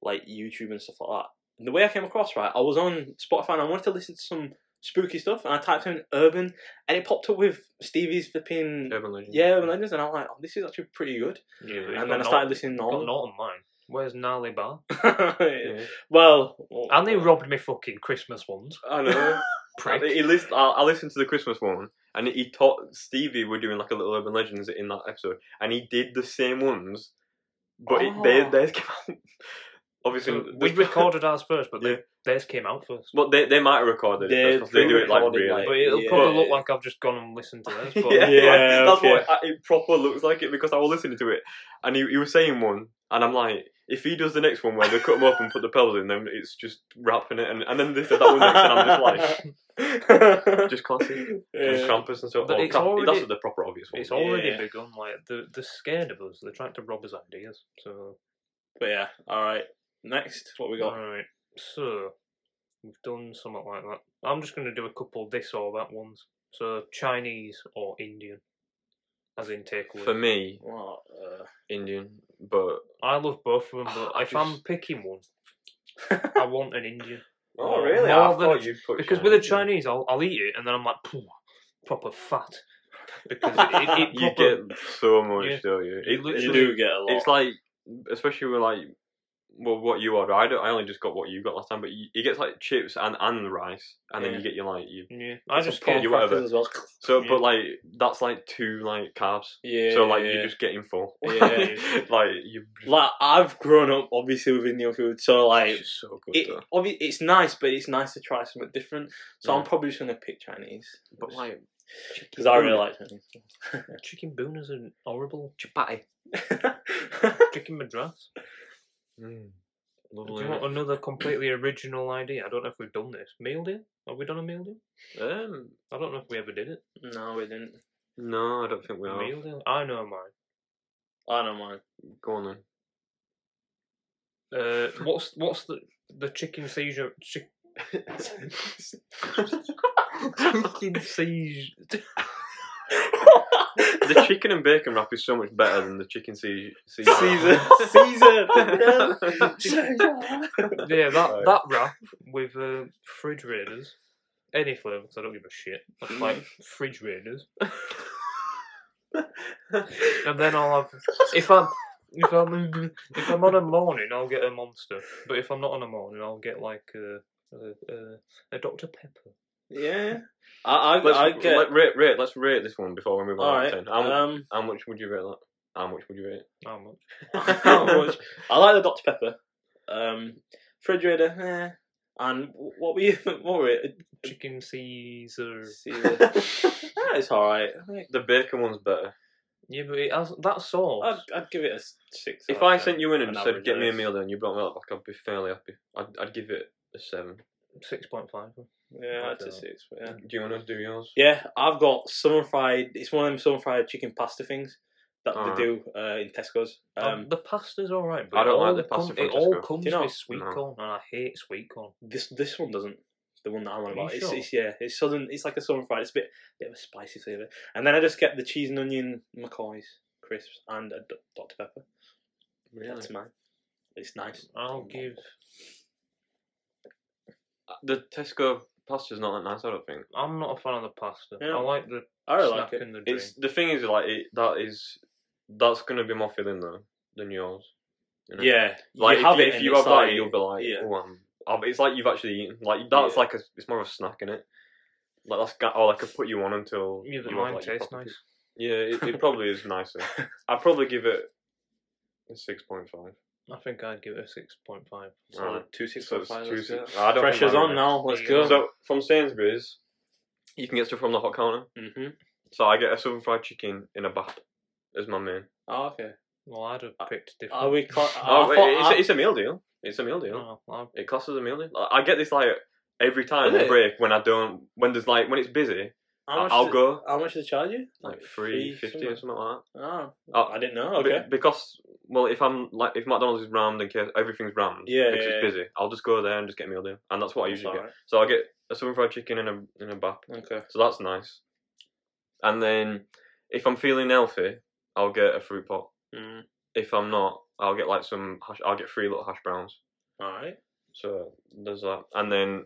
Speaker 2: like YouTube and stuff like that. And the way I came across, right, I was on Spotify and I wanted to listen to some spooky stuff, and I typed in urban, and it popped up with Stevie's flipping
Speaker 3: Urban Legend.
Speaker 2: yeah urban legends, and I'm like, oh, this is actually pretty good.
Speaker 1: Yeah, he's
Speaker 2: and
Speaker 1: got
Speaker 2: then I
Speaker 1: Nor-
Speaker 2: started listening to
Speaker 1: got
Speaker 2: Norman.
Speaker 1: Norton mine. Where's Gnarly Bar?
Speaker 3: Yeah.
Speaker 2: Well,
Speaker 1: And they robbed me fucking Christmas ones.
Speaker 3: I know.
Speaker 1: Prick.
Speaker 3: He list, I, I listened to the Christmas one, and he taught Stevie were doing like a little urban legends in that episode, and he did the same ones, but it, they,
Speaker 2: Oh.
Speaker 3: theirs came out. Obviously,
Speaker 1: So
Speaker 3: the-
Speaker 1: we recorded ours first, but
Speaker 3: Yeah.
Speaker 1: they, theirs came out first.
Speaker 3: Well, they, they might have recorded
Speaker 2: They
Speaker 3: it. first, 'cause They do it like
Speaker 2: pre-recorded,
Speaker 3: really.
Speaker 2: like-
Speaker 1: But it'll
Speaker 2: Yeah.
Speaker 1: probably look like I've just gone and listened to theirs. But
Speaker 3: yeah,
Speaker 2: Yeah,
Speaker 3: like, that's
Speaker 2: okay.
Speaker 3: what it, it proper looks like it because I was listening to it, and he, he was saying one, and I'm like, if he does the next one where they cut him up and put the pearls in, then it's just wrapping it, and, and then they said that one next, and I'm just like,
Speaker 2: like,
Speaker 3: just can't see it. And
Speaker 2: yeah.
Speaker 3: Krampus and so
Speaker 1: But
Speaker 3: oh,
Speaker 1: it's
Speaker 3: Kramp-
Speaker 1: already-
Speaker 3: that's the proper obvious one.
Speaker 1: it's already
Speaker 2: Yeah.
Speaker 1: begun. Like they're, they're scared of us. They're trying to rob us ideas. So
Speaker 2: But yeah, all right. Next, what we got?
Speaker 1: all right, so we've done something like that. I'm just going to do a couple this or that ones. So Chinese or Indian, as in takeaway.
Speaker 3: For me,
Speaker 2: What? uh,
Speaker 3: Indian, but
Speaker 1: I love both of them, but
Speaker 3: I
Speaker 1: if I'm
Speaker 3: just-
Speaker 1: picking one, I want an Indian
Speaker 3: oh
Speaker 1: really?
Speaker 3: I
Speaker 1: More than-
Speaker 3: thought you put
Speaker 1: because with a Chinese, I'll, I'll eat it and then I'm like, "Phew, proper fat because it, it, it
Speaker 3: you
Speaker 1: proper,
Speaker 3: get so much,
Speaker 1: Yeah.
Speaker 3: don't you?
Speaker 1: You
Speaker 2: Uh,
Speaker 1: literally-
Speaker 2: you do get a lot.
Speaker 3: It's like, especially with like, well, what you order. I, don't, I only just got what you got last time, but you, you get like chips and and rice, and
Speaker 2: Yeah.
Speaker 3: then you get your like you.
Speaker 1: yeah. I
Speaker 2: Some
Speaker 1: just
Speaker 2: pork
Speaker 1: get
Speaker 3: you whatever.
Speaker 2: crackers as well.
Speaker 3: So,
Speaker 1: Yeah.
Speaker 3: but like that's like two like carbs.
Speaker 2: Yeah.
Speaker 3: so like
Speaker 2: yeah.
Speaker 3: you're just getting full.
Speaker 2: Yeah.
Speaker 3: like you.
Speaker 2: like I've grown up obviously with Indian food, so like
Speaker 3: It's so good.
Speaker 2: it
Speaker 3: though.
Speaker 2: obvi- it's nice, but it's nice to try something different. So I'm
Speaker 3: Yeah.
Speaker 2: probably just gonna pick Chinese
Speaker 3: but like
Speaker 2: because I really like Chinese.
Speaker 1: chicken booners are horrible.
Speaker 3: chapati.
Speaker 1: Chicken madras.
Speaker 3: Mm.
Speaker 1: Do
Speaker 3: Lovely.
Speaker 1: you want another completely original idea? I don't know if we've done this. Meal deal? Have we done a meal deal?
Speaker 3: Um,
Speaker 1: I don't know if we ever did it.
Speaker 2: no, we didn't.
Speaker 3: no, I don't think we are.
Speaker 1: Meal deal? I know mine.
Speaker 2: I don't mind.
Speaker 3: Go on then.
Speaker 1: Uh, what's what's the the chicken seizure? Chi- chicken seizure.
Speaker 3: the chicken and bacon wrap is so much better than the chicken Caesar.
Speaker 2: Caesar, Caesar.
Speaker 1: Yeah, that
Speaker 3: Sorry.
Speaker 1: that wrap with uh, fridge raiders, any flavour. 'cause I don't give a shit. That's like fridge raiders. and then I'll have if I'm if I'm if I'm on a morning, I'll get a monster. But if I'm not on a morning, I'll get like a a, a, a Dr Pepper.
Speaker 2: yeah, I I,
Speaker 3: Let's,
Speaker 2: I get
Speaker 3: let, rate, rate, let's rate this one before we move on.
Speaker 2: all
Speaker 3: out of
Speaker 2: right.
Speaker 3: 10. How, mu-
Speaker 2: Um,
Speaker 3: how much would you rate that? How much would you rate?
Speaker 1: How much?
Speaker 2: how much? I like the Dr Pepper, um, refrigerator, eh. and what were you? What were it?
Speaker 1: Chicken Caesar.
Speaker 2: Caesar. Yeah, it's all right.
Speaker 3: The bacon one's better.
Speaker 1: Yeah, but it has that sauce.
Speaker 2: I'd, I'd give it a s- six.
Speaker 3: If
Speaker 2: out
Speaker 3: I
Speaker 2: of ten.
Speaker 3: sent you in
Speaker 2: an
Speaker 3: and said,
Speaker 2: average,
Speaker 3: get me a
Speaker 2: yes.
Speaker 3: meal then, you brought me that back, I'd be fairly happy. I'd, I'd give it a seven.
Speaker 1: Six point five.
Speaker 2: yeah, that's a
Speaker 1: Okay.
Speaker 2: six. But yeah.
Speaker 3: Do you want to do yours?
Speaker 2: yeah, I've got summer fried. It's one of them summer fried chicken pasta things that they
Speaker 3: Alright.
Speaker 2: do uh, in Tesco's.
Speaker 3: Oh.
Speaker 2: Um,
Speaker 1: Um, the pasta's all right, but
Speaker 3: I don't
Speaker 1: it all
Speaker 3: like the pasta
Speaker 1: Come,
Speaker 3: from
Speaker 1: it all
Speaker 3: Tesco.
Speaker 1: comes
Speaker 2: Do you not?
Speaker 1: with sweet
Speaker 3: No.
Speaker 1: corn, and I hate sweet corn.
Speaker 2: this this one doesn't. The one that I'm on
Speaker 1: Are you
Speaker 2: about. It's,
Speaker 1: sure?
Speaker 2: it's yeah. It's southern. It's like a southern fried. It's a bit bit of a spicy flavor. And then I just get the cheese and onion McCoy's crisps and a d- Dr Pepper. That's mine. It's nice.
Speaker 1: I'll give.
Speaker 3: The Tesco pasta's not that nice, I don't think.
Speaker 1: I'm not a fan of the pasta.
Speaker 2: Yeah.
Speaker 1: I like the
Speaker 2: I really
Speaker 1: snack
Speaker 2: like it.
Speaker 1: and the drink.
Speaker 3: It's The thing is, like, it, that is. That's going to be more filling, though, than yours. You know?
Speaker 2: Yeah,
Speaker 3: Like if you, if
Speaker 2: and
Speaker 3: you
Speaker 2: it's
Speaker 3: have that,
Speaker 2: like-
Speaker 3: you'll be like,
Speaker 2: yeah.
Speaker 3: oh, I'm, I'm- it's like you've actually eaten. Like that's
Speaker 2: Yeah.
Speaker 3: like a, it's more of a snack in it. Like that's got- or like I could put you on until
Speaker 1: yeah, the
Speaker 3: you have,
Speaker 1: mine
Speaker 3: like, your
Speaker 1: tastes
Speaker 3: proper
Speaker 1: nice.
Speaker 3: food. Yeah, it, it probably is nicer. I'd probably give it a six point five.
Speaker 1: I think I'd give it a six point five.
Speaker 2: So
Speaker 3: Alright.
Speaker 2: uh, two six
Speaker 3: So
Speaker 2: four
Speaker 3: it's
Speaker 2: five.
Speaker 3: two
Speaker 2: let's do
Speaker 3: six.
Speaker 2: it.
Speaker 3: I don't think
Speaker 2: Pressure's
Speaker 3: mine
Speaker 2: on
Speaker 3: are.
Speaker 2: now. Let's
Speaker 1: Yeah.
Speaker 2: go.
Speaker 3: So from Sainsbury's, you can get stuff from the hot counter.
Speaker 2: hmm
Speaker 3: So I get a southern fried chicken in a bat as my main.
Speaker 2: Oh, okay.
Speaker 1: Well, I'd have picked different.
Speaker 2: Are we? Cl-
Speaker 3: Oh,
Speaker 2: I
Speaker 3: wait,
Speaker 2: thought
Speaker 3: it's,
Speaker 2: I-
Speaker 3: it's a meal deal. It's a meal deal.
Speaker 1: No, I've-
Speaker 3: It costs us a million. Like, I get this like every time
Speaker 2: Is
Speaker 3: on
Speaker 2: it?
Speaker 3: break when I don't when there's like when it's busy.
Speaker 2: how much
Speaker 3: I'll
Speaker 2: does it-
Speaker 3: go
Speaker 2: How much does it charge you?
Speaker 3: like three fifty or something like
Speaker 2: Oh,
Speaker 3: Oh,
Speaker 2: I didn't know.
Speaker 3: that. Be-
Speaker 2: Okay.
Speaker 3: because well, if I'm like if McDonald's is rammed and K- everything's rammed,
Speaker 2: Yeah,
Speaker 3: because
Speaker 2: yeah,
Speaker 3: it's
Speaker 2: yeah.
Speaker 3: busy, I'll just go there and just get a meal deal, and that's what I usually
Speaker 2: Alright.
Speaker 3: get. So I get a southern fried chicken and a in a bap.
Speaker 2: Okay.
Speaker 3: So that's nice. And then if I'm feeling healthy, I'll get a fruit pot.
Speaker 2: Mm.
Speaker 3: If I'm not, I'll get like some hash. I'll get three little hash browns.
Speaker 2: All right.
Speaker 3: So there's that. And then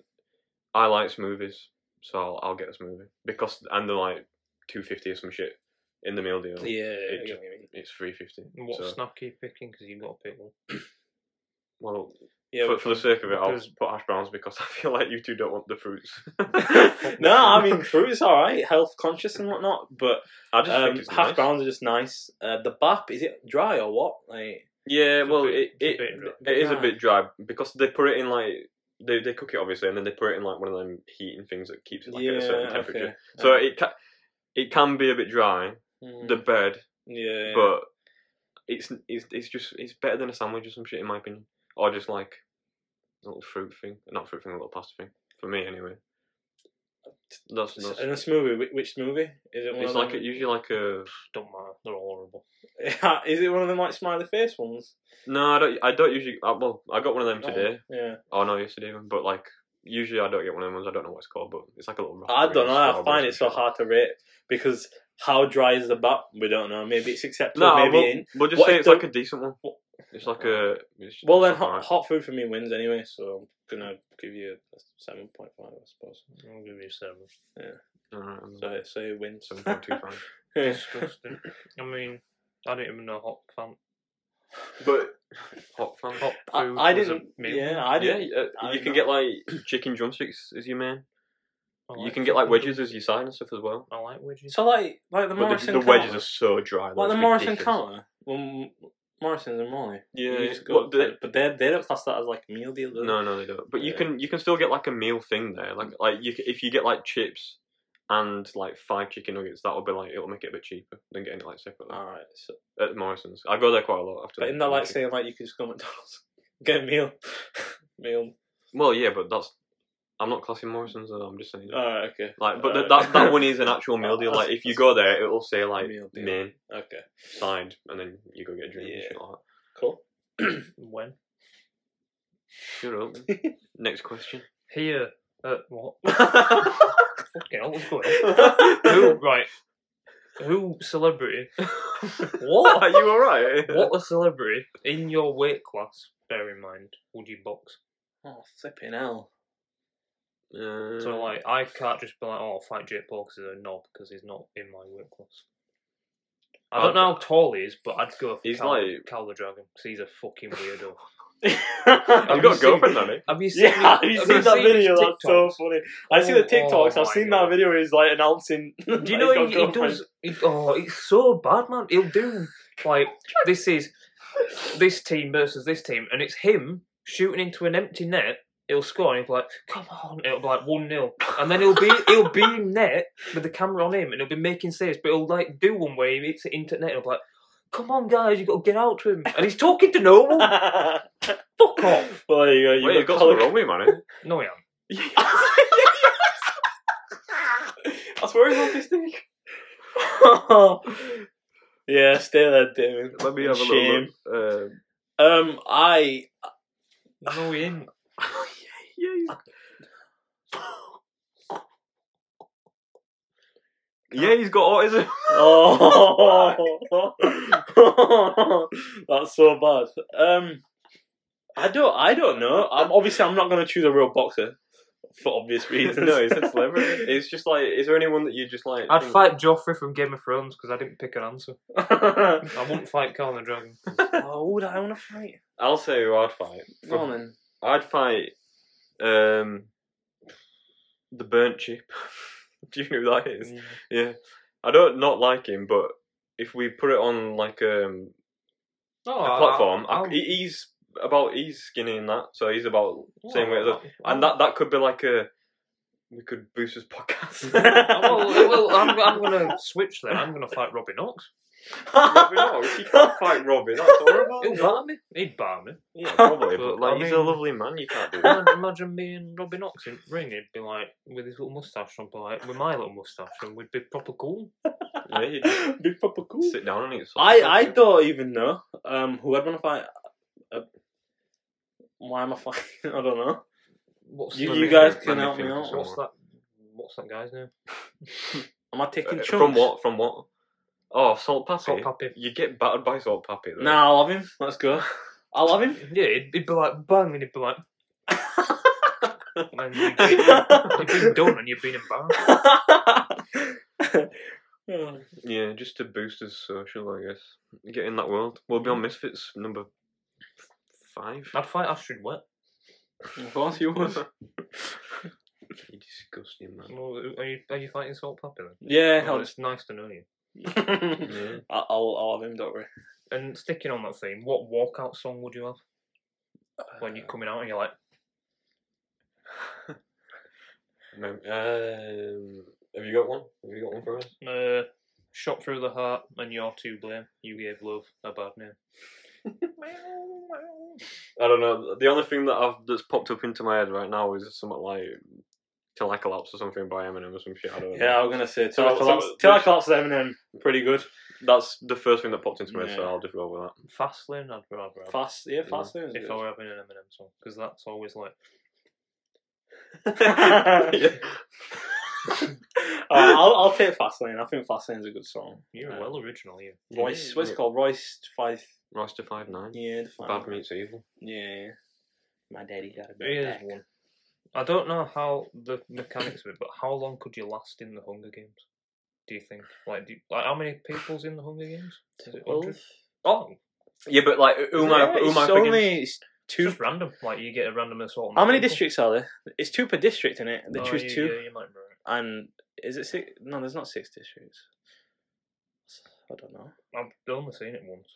Speaker 3: I like smoothies. so I'll, I'll get this movie because and they're like two fifty or some shit in the meal deal.
Speaker 2: Yeah,
Speaker 3: It
Speaker 2: I get
Speaker 3: ju-
Speaker 2: what you mean.
Speaker 3: It's three fifty.
Speaker 1: What
Speaker 3: So,
Speaker 1: snack are you picking? Because you've got to pick one.
Speaker 3: well,
Speaker 2: yeah.
Speaker 3: for, for the sake of it, I'll
Speaker 1: because-
Speaker 3: put hash browns because I feel like you two don't want the fruits.
Speaker 2: but- no, I mean fruit is all right, health conscious and whatnot, but
Speaker 3: I just
Speaker 2: um,
Speaker 3: think it's
Speaker 2: hash
Speaker 3: nice.
Speaker 2: browns are just nice. Uh, the bap is it dry or what? Like
Speaker 3: Yeah,
Speaker 1: It's a
Speaker 3: well,
Speaker 1: bit- it's a
Speaker 3: it, it,
Speaker 1: bit dry.
Speaker 3: it is a
Speaker 2: Dry.
Speaker 3: bit dry because they put it in like they, they cook it obviously, and then they put it in like one of them heating things that keeps it like at a certain temperature.
Speaker 2: okay.
Speaker 3: So
Speaker 2: Uh,
Speaker 3: it can it can be a bit dry,
Speaker 2: mm,
Speaker 3: the bread,
Speaker 2: yeah,
Speaker 3: but it's it's it's just it's better than a sandwich or some shit in my opinion, or just like a little fruit thing, not fruit thing, a little pasta thing for me anyway. That's,
Speaker 2: So
Speaker 3: that's
Speaker 2: in this movie, whi- which movie is it? One
Speaker 3: it's
Speaker 2: of
Speaker 3: like a,
Speaker 2: them?
Speaker 3: usually like a
Speaker 1: Don't matter. They're all horrible.
Speaker 2: is it one of them like smiley face ones?
Speaker 3: no, I don't I don't usually I, well I got one of them today.
Speaker 2: Yeah,
Speaker 3: Oh no, yesterday even. But like usually I don't get one of them ones. I don't know what it's called, but it's like a little.
Speaker 2: I don't know. I
Speaker 3: strawberry
Speaker 2: find it so
Speaker 3: something.
Speaker 2: hard to rate because how dry is the bat? We don't know. Maybe it's acceptable.
Speaker 3: No,
Speaker 2: maybe
Speaker 3: we'll,
Speaker 2: it ain't.
Speaker 3: we'll just
Speaker 2: What
Speaker 3: say
Speaker 2: if
Speaker 3: it's
Speaker 2: the-
Speaker 3: like a decent one.
Speaker 2: What-
Speaker 3: It's like a. It's
Speaker 2: Well, then
Speaker 3: it's
Speaker 2: hot,
Speaker 3: alright.
Speaker 2: hot food for me wins anyway, so I'm gonna give you a seven point five, I suppose.
Speaker 1: I'll give you seven.
Speaker 3: Alright, I'm
Speaker 2: So so it wins.
Speaker 3: seven point two five.
Speaker 2: Yeah.
Speaker 1: Disgusting. I mean, I don't even know hot fan.
Speaker 3: But hot fan.
Speaker 1: Hot
Speaker 2: I,
Speaker 1: food
Speaker 2: I
Speaker 1: was a
Speaker 2: didn't.
Speaker 1: meal.
Speaker 2: Yeah, I
Speaker 3: yeah,
Speaker 2: didn't.
Speaker 3: you- uh,
Speaker 2: I
Speaker 3: you
Speaker 2: don't
Speaker 3: can
Speaker 2: know.
Speaker 3: get like chicken drumsticks as your main.
Speaker 2: Oh,
Speaker 1: I
Speaker 3: You can get like
Speaker 1: fucking
Speaker 3: wedges
Speaker 1: drums-
Speaker 3: as your side and stuff as well.
Speaker 1: I like wedges.
Speaker 2: So like like the
Speaker 3: but
Speaker 2: Morrison
Speaker 3: the, the wedges
Speaker 2: counter.
Speaker 3: are so dry. though,
Speaker 2: like the
Speaker 3: it's
Speaker 2: Morrison
Speaker 3: ridiculous.
Speaker 2: counter when Morrison's and Molly.
Speaker 3: Yeah,
Speaker 2: You just go
Speaker 3: but
Speaker 2: up
Speaker 3: the-
Speaker 2: there- but they they don't class that as like a meal deal. do they?
Speaker 3: No, no, they don't. But you
Speaker 2: Yeah.
Speaker 3: can you can still get like a meal thing there. Like like you c- if you get like chips and like five chicken nuggets, that'll be like it'll make it a bit cheaper than getting it like separately
Speaker 2: All right. So,
Speaker 3: at Morrison's. I go there quite a lot
Speaker 2: Ah.
Speaker 3: after.
Speaker 2: but
Speaker 3: the-
Speaker 2: in that
Speaker 3: the
Speaker 2: like
Speaker 3: meeting.
Speaker 2: saying like you could just go to McDonald's get a meal, meal.
Speaker 3: well, yeah, but that's I'm not classing Morrison's. Though, I'm just saying.
Speaker 2: All right. Okay.
Speaker 3: like, but
Speaker 2: all
Speaker 3: th-
Speaker 2: right.
Speaker 3: that that one is an actual meal deal. Like, if you go there, it'll say like
Speaker 2: Meal deal.
Speaker 3: main
Speaker 2: Okay.
Speaker 3: side, and then you go get a drink and
Speaker 2: Yeah.
Speaker 3: shit like that.
Speaker 2: Cool.
Speaker 1: When?
Speaker 3: Shut up. then. Next question.
Speaker 1: Here. Uh, what? Fucking hell, what's going on? Who,
Speaker 2: what?
Speaker 1: right. Who celebrity?
Speaker 3: Are you all right?
Speaker 1: What a celebrity in your weight class, bear in mind, would you box?
Speaker 2: Oh flipping hell!
Speaker 3: Uh,
Speaker 1: So, like, I can't just be like, oh, I'll fight Jake Paul because he's a knob because he's not in my weight class. I don't
Speaker 3: I'd-
Speaker 1: know how tall he is, but I'd go for
Speaker 3: He's
Speaker 1: Cal,
Speaker 3: like-
Speaker 1: Cal the Dragon because he's a fucking weirdo.
Speaker 2: I've
Speaker 3: you've got a girlfriend, haven't you?
Speaker 1: Have you seen,
Speaker 2: Yeah, have you
Speaker 1: have
Speaker 2: seen that
Speaker 1: seen his
Speaker 2: video? That's so
Speaker 1: TikToks?
Speaker 2: funny. I see the
Speaker 1: Oh, oh
Speaker 2: TikToks. I've
Speaker 1: my
Speaker 2: seen
Speaker 1: God.
Speaker 2: that video. Where he's like announcing.
Speaker 1: Do you know he, he does? He, oh, it's so bad, man. He'll do like this is this team versus this team, and it's him shooting into an empty net. He'll score, and he'll be like, "Come on!" It'll be like one 0 and then he'll be he'll be in net with the camera on him, and he'll be making saves. But he'll like do one where he hits it into net, and he'll be like, "Come on, guys, you got to get out to him," and he's talking to no one.
Speaker 2: well,
Speaker 1: Fuck off!
Speaker 2: there you go. You
Speaker 3: Wait, you've got
Speaker 2: Colin-
Speaker 3: something wrong with you, man.
Speaker 1: No, I am.
Speaker 2: I swear he's autistic. yeah, stay there, Damon.
Speaker 3: Let me have a
Speaker 2: Shame.
Speaker 3: little look. Uh,
Speaker 2: Um, I.
Speaker 1: No, he ain't.
Speaker 3: yeah, he's... yeah, he's got autism.
Speaker 2: Oh, that's so bad. Um, I don't. I don't know. I'm obviously I'm not going to choose a real boxer for obvious reasons.
Speaker 3: no, it's a celebrity. It's just like, is there anyone that you just like?
Speaker 1: I'd
Speaker 3: think-
Speaker 1: fight Joffrey from Game of Thrones because I didn't pick an answer.
Speaker 2: oh,
Speaker 1: I wouldn't fight Khal the Dragon.
Speaker 2: would I want to fight?
Speaker 3: I'll say who I'd fight.
Speaker 2: Go on then.
Speaker 3: I'd fight um the burnt chip. Do you know who that
Speaker 1: Mm.
Speaker 3: is? Yeah, I don't not like him, but if we put it on like um
Speaker 1: Oh,
Speaker 3: a
Speaker 1: I-
Speaker 3: platform, I-
Speaker 1: I'll-
Speaker 3: he- he's about he's skinny in that, so he's about
Speaker 1: Oh,
Speaker 3: same weight as us.
Speaker 1: I'll-
Speaker 3: and that that could be like a we could boost his podcast.
Speaker 1: Oh, well, well, I'm, I'm gonna switch then. I'm gonna fight Robbie Knox.
Speaker 3: Robin, no, he can't fight Robin. That's horrible.
Speaker 1: He'll bar me. He'd bar me.
Speaker 3: Yeah, probably,
Speaker 1: But,
Speaker 3: but like
Speaker 1: I
Speaker 3: he's a
Speaker 1: mean-
Speaker 3: lovely man. You can't do that.
Speaker 1: Imagine, imagine me and Robbie Knox in the ring. He'd be like with his little mustache on, like with my little mustache, and we'd be proper cool.
Speaker 3: yeah, you just
Speaker 2: Be proper cool.
Speaker 3: sit down and eat.
Speaker 2: I
Speaker 3: sausage.
Speaker 2: I don't even know. Um, who I'd want to fight. Uh, why am I fighting? I don't know.
Speaker 1: What's
Speaker 2: You,
Speaker 1: the-
Speaker 2: you
Speaker 3: me
Speaker 2: guys
Speaker 3: think-
Speaker 2: can
Speaker 3: let
Speaker 2: help me
Speaker 3: me think of
Speaker 2: out.
Speaker 3: some.
Speaker 1: What's that? What's that guy's name?
Speaker 2: Am I taking
Speaker 3: Uh,
Speaker 2: chunks?
Speaker 3: from what? From what? Oh, salt pappy.
Speaker 1: Salt Pappy.
Speaker 3: You get battered by salt pappy. Though.
Speaker 2: Nah, I'll have him. Let's go. I'll have him.
Speaker 1: Yeah, he'd, he'd be like bang, and he'd be like, And you, have been done and you've been embarrassed.
Speaker 3: Yeah, just to boost his social, I guess. Get in that world. We'll be on Misfits number five.
Speaker 1: I'd fight Astrid Wet.
Speaker 2: of course you would.
Speaker 3: You disgusting man.
Speaker 1: Well, Are you, are you fighting Salt Pepper then?
Speaker 2: Yeah,
Speaker 1: Well,
Speaker 2: I'll,
Speaker 1: it's nice to know you.
Speaker 3: Yeah.
Speaker 2: I'll, I'll have him, don't worry.
Speaker 1: And sticking on that theme, what walkout song would you have when
Speaker 2: Uh,
Speaker 1: you're coming out and you're like,
Speaker 3: Mem- um, have you got one? Have you got one for us?
Speaker 1: uh, shot through the heart and you're to blame? You gave love a bad name.
Speaker 3: I don't know. The only thing that I've that's popped up into my head right now is something like "Till I Collapse" or something by Eminem or some shit. I don't know.
Speaker 2: Yeah, I was gonna say till
Speaker 3: So-
Speaker 2: I collapse.
Speaker 3: so-
Speaker 2: Till I collapse, Eminem, pretty good.
Speaker 3: that's the first thing that popped into my head, so
Speaker 2: Yeah.
Speaker 3: I'll just go with that.
Speaker 1: Fastlane, I'd rather have
Speaker 2: Fast, yeah,
Speaker 3: Yeah.
Speaker 2: fast. is
Speaker 1: if
Speaker 2: good.
Speaker 1: I were having an Eminem song, because that's always like,
Speaker 3: Yeah.
Speaker 2: Uh, I'll, I'll take Fastlane. I think Fastlane's a good song.
Speaker 1: you're
Speaker 2: Yeah.
Speaker 1: well original, you.
Speaker 2: Royce, what's it called? Royce Five.
Speaker 3: Rise to Five Nine.
Speaker 2: Yeah, the
Speaker 3: Bad meets evil.
Speaker 2: Yeah. My daddy got a
Speaker 1: He
Speaker 2: bit
Speaker 1: is one. I don't know how the mechanics of it, but how long could you last in the Hunger Games? Do you think? Like, do you, like how many people's in the Hunger Games? Is it 100? Oh,
Speaker 3: Yeah, but like who am I?
Speaker 2: yeah,
Speaker 3: Who am I
Speaker 2: it's
Speaker 3: up
Speaker 2: only
Speaker 3: against?
Speaker 2: it's
Speaker 1: two.
Speaker 2: two.
Speaker 1: Just random. Like, you get a random assault. on
Speaker 2: How
Speaker 1: the
Speaker 2: many
Speaker 1: people.
Speaker 2: districts are there? It's two per district, is it? They
Speaker 1: Oh,
Speaker 2: choose
Speaker 1: you-
Speaker 2: two,
Speaker 1: Yeah, you might be right.
Speaker 2: and is it six? No, there's not six districts. I don't know.
Speaker 1: I've only seen it once.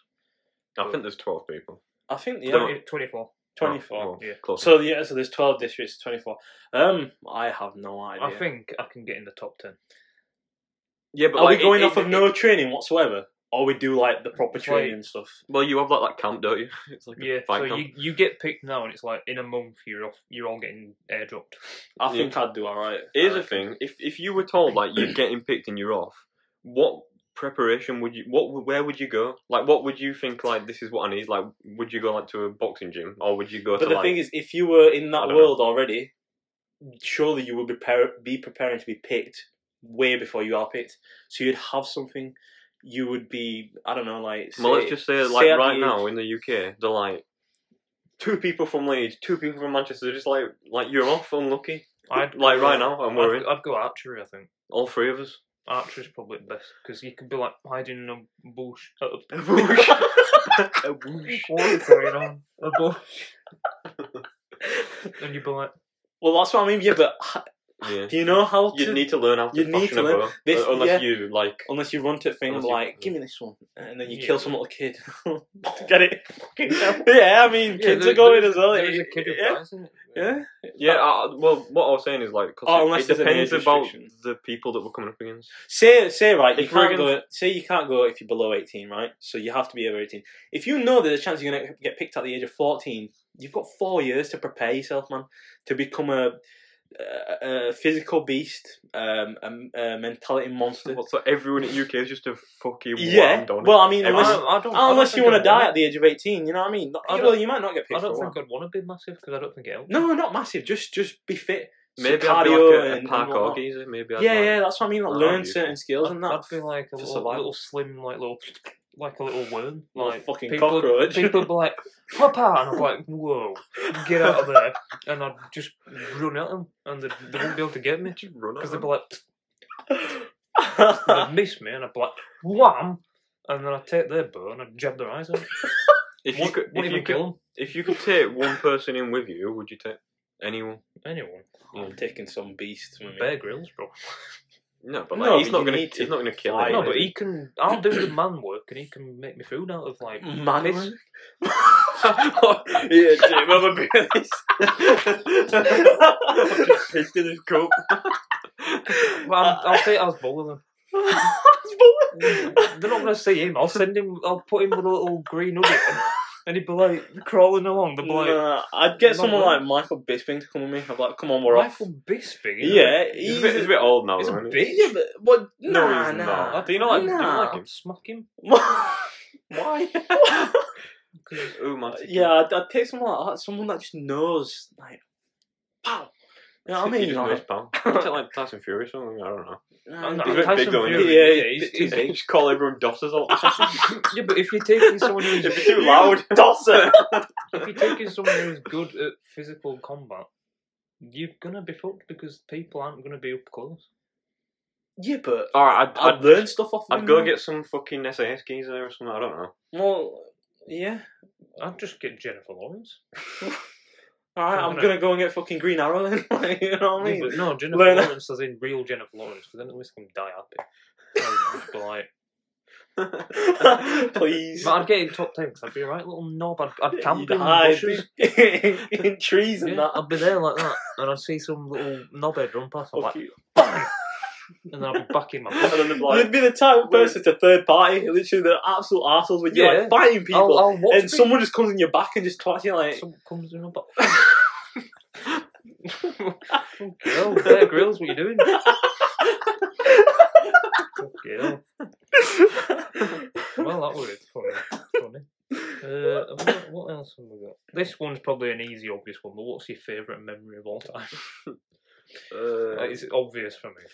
Speaker 3: I think there's twelve people.
Speaker 2: I think yeah,
Speaker 3: Don't-
Speaker 1: 20, 24.
Speaker 2: twenty-four.
Speaker 3: Oh,
Speaker 1: yeah.
Speaker 3: Close.
Speaker 2: So yeah, so there's twelve districts, twenty-four. Um, I have no idea.
Speaker 1: I think I can get in the top 10.
Speaker 3: yeah, but
Speaker 2: are
Speaker 3: like,
Speaker 2: we going
Speaker 3: it-
Speaker 2: off
Speaker 3: it-
Speaker 2: of no training whatsoever, or we do like the proper
Speaker 1: It's like-
Speaker 2: training and stuff?
Speaker 3: Well, you have like that camp, don't you? It's like a
Speaker 1: Yeah,
Speaker 3: fight
Speaker 1: so
Speaker 3: camp.
Speaker 1: you, you get picked now, and it's like in a month you're off. You're all getting airdropped.
Speaker 2: I
Speaker 3: Yeah.
Speaker 2: think I'd do Uh, all right.
Speaker 3: Here's
Speaker 2: I
Speaker 3: the
Speaker 2: reckon.
Speaker 3: thing: if if you were told like you're getting picked and you're off, what preparation would you? What would- where would you go? Like, what would you think? Like, this is what I need. Like, would you go like to a boxing gym or would you go
Speaker 2: But
Speaker 3: to
Speaker 2: the
Speaker 3: like?
Speaker 2: thing is, if you were in
Speaker 3: I
Speaker 2: that
Speaker 3: don't
Speaker 2: world already, surely you would be, par- be preparing to be picked way before you are picked. So you'd have something. You would be, I don't know, like.
Speaker 3: well, let's
Speaker 2: say-
Speaker 3: just say
Speaker 2: say
Speaker 3: like
Speaker 2: at the
Speaker 3: right
Speaker 2: age-
Speaker 3: now in the UK, they're like two people from Leeds, two people from Manchester. They're just like like you're off, unlucky.
Speaker 1: I'd
Speaker 3: Like
Speaker 1: go-
Speaker 3: right now, I'm worried.
Speaker 1: I'd, I'd go archery. I think
Speaker 3: All three of us.
Speaker 1: archery's probably the best because you could be like hiding in a bush. A, a bush. What's going on? A bush. and you'd be like,
Speaker 2: Well, that's what I mean. Yeah, but h-
Speaker 3: yeah.
Speaker 2: do you know how to?
Speaker 3: You'd need to learn how to
Speaker 2: you'd need
Speaker 3: fashion
Speaker 2: to
Speaker 3: a
Speaker 2: learn-
Speaker 3: bow,
Speaker 2: this-
Speaker 3: uh, unless
Speaker 2: yeah.
Speaker 3: you like.
Speaker 2: Unless you run to a thing
Speaker 3: Unless you-
Speaker 2: like, give me this one, and then you
Speaker 1: Yeah.
Speaker 2: kill some little kid. Get it? yeah, I mean,
Speaker 1: Yeah,
Speaker 2: kids
Speaker 1: there-
Speaker 2: are going
Speaker 1: there-
Speaker 2: as well.
Speaker 1: There is a kid who
Speaker 2: yeah.
Speaker 1: dies, isn't it?
Speaker 2: yeah,
Speaker 3: Yeah, uh, well, what I was saying is like, 'cause
Speaker 2: Oh,
Speaker 3: it-
Speaker 2: unless
Speaker 3: it
Speaker 2: there's an
Speaker 3: depends
Speaker 2: age
Speaker 3: about
Speaker 2: restriction.
Speaker 3: the people that we're coming up against.
Speaker 2: Say say right, you
Speaker 3: If we're
Speaker 2: can't
Speaker 3: gonna-
Speaker 2: go. Say you can't go if you're below eighteen, right? So you have to be over eighteen. If you know there's a chance you're gonna get picked at the age of fourteen, you've got four years to prepare yourself, man, to become a a, a physical beast, um, a, a mentality monster.
Speaker 3: Well, so everyone in UK is just a fucking
Speaker 2: yeah.
Speaker 3: whammed on it.
Speaker 2: Well, I mean,
Speaker 1: I,
Speaker 3: Everyone-
Speaker 2: unless,
Speaker 1: don't- I don't, I don't
Speaker 2: unless you
Speaker 1: think
Speaker 2: want to
Speaker 1: I'd
Speaker 2: die
Speaker 1: want
Speaker 2: at the age of eighteen, you know what I mean?
Speaker 1: I
Speaker 2: well,
Speaker 1: don't-
Speaker 2: you might not get
Speaker 1: it.
Speaker 2: picked.
Speaker 1: I
Speaker 2: for
Speaker 1: don't
Speaker 2: a
Speaker 1: think
Speaker 2: while.
Speaker 1: I'd want to be massive because I don't think it helps.
Speaker 2: No, not massive. Just just be fit. So
Speaker 3: maybe I'd be
Speaker 2: cardio
Speaker 3: like a, a
Speaker 2: and-
Speaker 3: park
Speaker 2: and whatnot.
Speaker 3: organizer. Maybe I'd
Speaker 2: Yeah,
Speaker 3: like, "Oh,
Speaker 2: yeah, that's what I mean. Like,
Speaker 3: That'd be
Speaker 2: learn
Speaker 3: useful.
Speaker 2: certain skills
Speaker 1: I'd,
Speaker 2: and that.
Speaker 1: I'd be like a
Speaker 2: for
Speaker 1: little,
Speaker 2: survival.
Speaker 1: little slim, like little, like a little worm,
Speaker 2: Little
Speaker 1: like
Speaker 2: fucking
Speaker 1: people,
Speaker 2: cockroach.
Speaker 1: People would be like, "Papa," and I'm like, "Whoa, get out of there!" And I'd just run at them, and they, they wouldn't be able to get me
Speaker 3: Just run
Speaker 1: because
Speaker 3: at
Speaker 1: they'd be
Speaker 3: them.
Speaker 1: like, they'd miss me, and I'd be like, "Wham!" And then I'd take their bow and I'd jab their eyes out.
Speaker 3: If you
Speaker 1: Wouldn't-
Speaker 3: could,
Speaker 1: wouldn't
Speaker 3: if you
Speaker 1: even
Speaker 3: could,
Speaker 1: kill
Speaker 3: if you could take one person in with you, would you take anyone?
Speaker 1: them. Anyone.
Speaker 2: I'm taking some beast with me.
Speaker 1: Bear grills, bro.
Speaker 3: No, but like,
Speaker 2: No,
Speaker 3: he's
Speaker 2: but
Speaker 3: not
Speaker 2: you
Speaker 3: gonna,
Speaker 2: need to
Speaker 3: he's not gonna kill
Speaker 2: fly.
Speaker 3: anyone.
Speaker 1: No, but he can. I'll do the man work, and he can make me food out of like.
Speaker 2: Manus?
Speaker 3: yeah, Jim, have a beer. I'm just pissing his cup.
Speaker 1: Well, I'll, I'll say I was bowling them. They're not gonna see him. I'll send him. I'll put him with a little green hoodie, on, and he'd be like crawling along. They'd be like,
Speaker 2: Nah, I'd
Speaker 1: Not
Speaker 2: get someone
Speaker 1: really.
Speaker 2: like Michael Bisping to come with me. I'd be like, come on, we're off.
Speaker 1: Michael Bisping. isn't it?
Speaker 2: Yeah,
Speaker 3: He's
Speaker 2: he's,
Speaker 3: a bit, he's a bit old now,
Speaker 1: he's a
Speaker 3: isn't he?
Speaker 1: bit-
Speaker 2: yeah, but what?
Speaker 3: No,
Speaker 2: Nah,
Speaker 3: he's
Speaker 2: nah.
Speaker 3: not. Do you not like- do you not like
Speaker 2: Nah.
Speaker 3: him?
Speaker 1: Smack him.
Speaker 2: Why?
Speaker 3: Ooh, man, it's a
Speaker 2: yeah, I'd, I'd take someone like that, someone that just knows, like, pow. You know what I
Speaker 3: He
Speaker 2: mean?
Speaker 3: just knows
Speaker 2: Like,
Speaker 3: pal. Is it like Tyson Fury or something? I don't know.
Speaker 2: nah,
Speaker 1: I'm not-
Speaker 3: He's a bit
Speaker 1: Tyson
Speaker 3: big though. isn't
Speaker 1: Fury,
Speaker 3: he?
Speaker 2: yeah,
Speaker 1: he's-
Speaker 2: he's
Speaker 1: he's-
Speaker 2: too big.
Speaker 3: Just call everyone Dossers all
Speaker 1: yeah, but if you're taking someone who's
Speaker 3: If you're too loud.
Speaker 2: Dawson.
Speaker 1: if you're taking someone who's good at physical combat, you're gonna be fucked because people aren't gonna be up close.
Speaker 2: Yeah, but
Speaker 3: All right, I'd,
Speaker 2: I'd,
Speaker 3: I'd,
Speaker 2: learn stuff off them.
Speaker 3: I'd go
Speaker 2: man.
Speaker 3: get some fucking SAS geezer or something. I don't know.
Speaker 2: Well, yeah.
Speaker 1: I'd just get Jennifer Lawrence.
Speaker 2: All right, I'm
Speaker 1: No.
Speaker 2: gonna go and get fucking Green Arrow then. like, you know what I
Speaker 1: Yeah,
Speaker 2: mean?
Speaker 1: but no, Jennifer
Speaker 2: Learn-
Speaker 1: Lawrence as in real Jennifer Lawrence, because then at least I can die happy. I'd just be like,
Speaker 2: Please.
Speaker 1: but I'd get in top ten 'cause I'd be a right little knob. I'd, I'd camp
Speaker 2: You'd
Speaker 1: in
Speaker 2: hide
Speaker 1: bushes.
Speaker 2: in, in trees and
Speaker 1: Yeah,
Speaker 2: that.
Speaker 1: I'd be there like that, and I'd see some little knobhead run past. I'm
Speaker 2: Fuck
Speaker 1: like,
Speaker 2: you.
Speaker 1: and then I'd be back in my
Speaker 3: And
Speaker 1: bed.
Speaker 3: then they'd be like,
Speaker 2: You'd be the type of person to third party, literally the absolute arseholes when you're
Speaker 1: Yeah.
Speaker 2: like fighting
Speaker 1: I'll,
Speaker 2: people
Speaker 1: I'll watch
Speaker 2: and
Speaker 1: people.
Speaker 2: someone just comes in your back and just twats you like
Speaker 1: Someone comes in a box. Girl, Bear Grylls, what you doing? Girl. Well, that was funny. funny. Uh, what, what else have we got? This one's probably an easy, obvious one, but what's your favourite memory of all time?
Speaker 3: uh,
Speaker 1: It's obvious for me.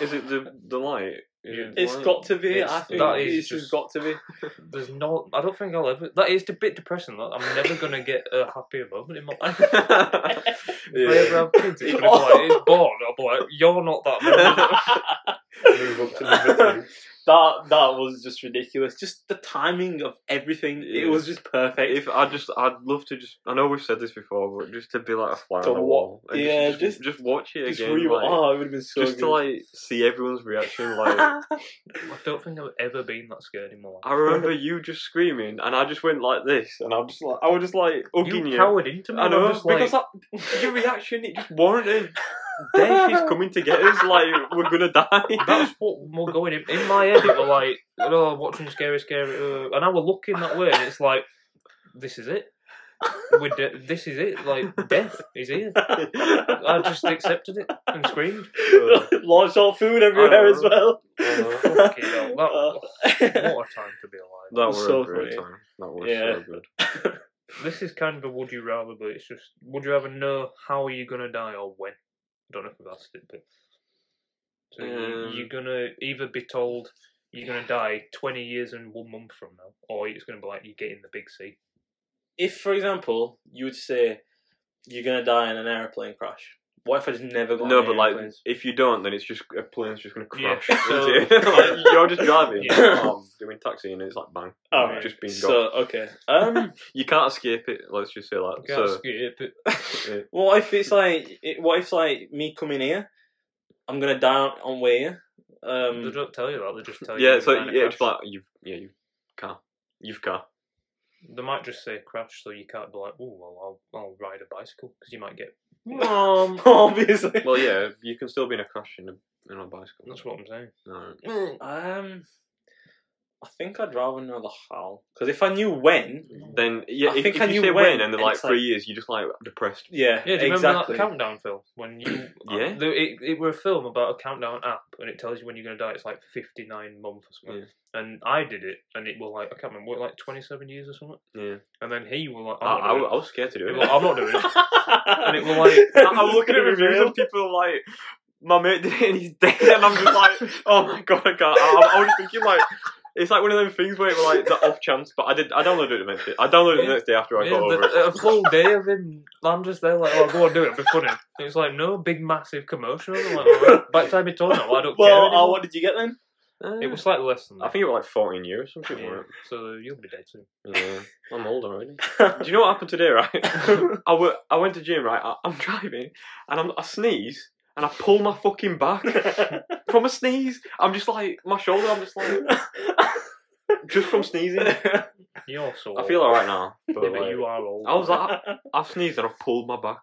Speaker 3: is it the the light? Is
Speaker 1: Yeah.
Speaker 3: it the
Speaker 2: It's
Speaker 3: light?
Speaker 2: got to be.
Speaker 1: It's-
Speaker 2: I think
Speaker 1: that
Speaker 2: it's
Speaker 1: is
Speaker 2: just
Speaker 1: just-
Speaker 2: got to be.
Speaker 1: There's no, I don't think I'll ever. That is a bit depressing. That I'm never gonna get a happier moment in my life. If I ever
Speaker 3: yeah.
Speaker 1: have kids, it's gonna be like it's born. I'll be like, you're not that. Moment.
Speaker 3: Move up to number
Speaker 2: That that was just ridiculous. Just the timing of everything. It
Speaker 3: Yeah.
Speaker 2: was just perfect.
Speaker 3: If I just, I'd love to just. I know we've said this before, but just to be like a fly
Speaker 2: To
Speaker 3: on the
Speaker 2: wa-
Speaker 3: wall. and
Speaker 2: yeah,
Speaker 3: just, just just watch it
Speaker 2: just
Speaker 3: again.
Speaker 2: re-
Speaker 3: like,
Speaker 2: oh, it would have been so
Speaker 3: just
Speaker 2: good.
Speaker 3: to like see everyone's reaction. Like,
Speaker 1: I don't think I've ever been that scared in my life.
Speaker 3: I remember you just screaming, and I just went like this, and I was just like, I was just like hugging
Speaker 1: You
Speaker 3: you.
Speaker 1: cowered into me.
Speaker 3: I
Speaker 1: and I'm
Speaker 3: know
Speaker 1: just like,
Speaker 3: because that, your reaction it just warranted. Death is coming to get us. Like we're gonna die.
Speaker 1: That's what more going in, in my head. It was like, oh, watching scary, scary, uh, and I were looking that way, and it's like, this is it. We're de- this is it. Like death is here. I just accepted it and screamed.
Speaker 2: Launch all food everywhere as well.
Speaker 3: Uh,
Speaker 2: Uh-huh.
Speaker 1: Fucking hell, that-
Speaker 3: Oh.
Speaker 1: What a time to be alive.
Speaker 3: That
Speaker 2: was
Speaker 3: was
Speaker 2: so
Speaker 3: so a great
Speaker 2: funny.
Speaker 3: time. That was
Speaker 2: Yeah.
Speaker 3: so good.
Speaker 1: This is kind of a would you rather, but it's just would you rather know how you're gonna die or when? I don't know if I've asked it, but so you,
Speaker 3: Um.
Speaker 1: you're gonna either be told you're gonna die 20 years and one month from now, or it's gonna be like you get in the big sea.
Speaker 2: if, for example, you would say you're gonna die in an airplane crash, what if I just never got
Speaker 3: No,
Speaker 2: on
Speaker 3: but
Speaker 2: any
Speaker 3: like,
Speaker 2: airplanes?
Speaker 3: if you don't, then it's just a plane's just gonna
Speaker 1: Yeah,
Speaker 3: crash.
Speaker 1: so-
Speaker 3: into you. Like, you're just driving,
Speaker 1: Yeah.
Speaker 3: oh, I'm doing taxi, and it's like bang,
Speaker 2: Oh,
Speaker 3: You've just being gone.
Speaker 2: so okay. Um,
Speaker 3: You can't escape it. Let's just say that.
Speaker 1: Can't
Speaker 3: So,
Speaker 1: escape it.
Speaker 3: yeah.
Speaker 2: what if it's like, it, what if like me coming here, I'm gonna die on, on way here.
Speaker 1: They
Speaker 2: Um,
Speaker 1: don't tell you that. They just tell you.
Speaker 3: yeah,
Speaker 1: you're
Speaker 3: so
Speaker 1: gonna
Speaker 3: yeah,
Speaker 1: crash.
Speaker 3: it's like you, yeah, you car, you've car.
Speaker 1: they might just say crash, so you can't be like, oh, well, I'll, I'll ride a bicycle because you might get. Um,
Speaker 2: obviously.
Speaker 3: Well, yeah, you can still be in a crash in a, in a bicycle.
Speaker 1: that's what I'm saying.
Speaker 3: Alright.
Speaker 2: Um, I think I'd rather know the how because if I knew when,
Speaker 3: Then yeah,
Speaker 2: I
Speaker 3: if,
Speaker 2: think
Speaker 3: if
Speaker 2: I
Speaker 3: you
Speaker 2: knew
Speaker 3: say
Speaker 2: when,
Speaker 3: when and
Speaker 2: and
Speaker 3: then like
Speaker 2: it's
Speaker 3: three
Speaker 2: like-
Speaker 3: years, you're just like depressed.
Speaker 2: yeah,
Speaker 1: Yeah, do you remember
Speaker 2: exactly.
Speaker 1: that countdown film when you? uh,
Speaker 3: Yeah.
Speaker 1: the- it, it were a film about a countdown app, and it tells you when you're gonna die. It's like 59 months or something. And I did it, and it was like I can't remember, what, like 27 years or something.
Speaker 3: Yeah,
Speaker 1: And then he was like,
Speaker 3: I,
Speaker 1: I'm,
Speaker 3: I,
Speaker 1: not doing
Speaker 3: I was scared to do
Speaker 1: Oh, it.
Speaker 3: it.
Speaker 1: He was like, I'm not doing it.
Speaker 2: and
Speaker 1: it will, like-
Speaker 3: I- I'm looking at reviews and people are like, my mate did it and he's dead, and I'm just like, oh my god, I can't. I, I was thinking like, it's like one of them things where it was like the off chance, but I did. I downloaded it the next day. I downloaded it the next day after I
Speaker 1: Yeah,
Speaker 3: got over
Speaker 1: the-
Speaker 3: it.
Speaker 1: a full day of him. I'm just there like, oh, go on, do it, it'll be funny. And it's like, no, big, massive commercial. I'm like, all right. By the time he told me, I don't care
Speaker 2: Well, uh,
Speaker 1: anymore.
Speaker 2: what did you get then?
Speaker 1: It was slightly less than that. uh,
Speaker 3: I think it was like 14 years or something.
Speaker 1: Yeah,
Speaker 3: like
Speaker 1: so you'll be dead soon.
Speaker 3: that. Yeah, I'm old already. Do you know what happened today, right? I wa- I went to gym, right? I- I'm driving and I'm- I sneeze and I pull my fucking back from a sneeze. I'm just like, my shoulder, I'm just like, just from sneezing.
Speaker 1: You're so.
Speaker 3: I feel
Speaker 1: old.
Speaker 3: alright now. But
Speaker 1: Yeah, but
Speaker 3: like-
Speaker 1: you are old.
Speaker 3: I was like, I- I've sneezed and I've pulled my back.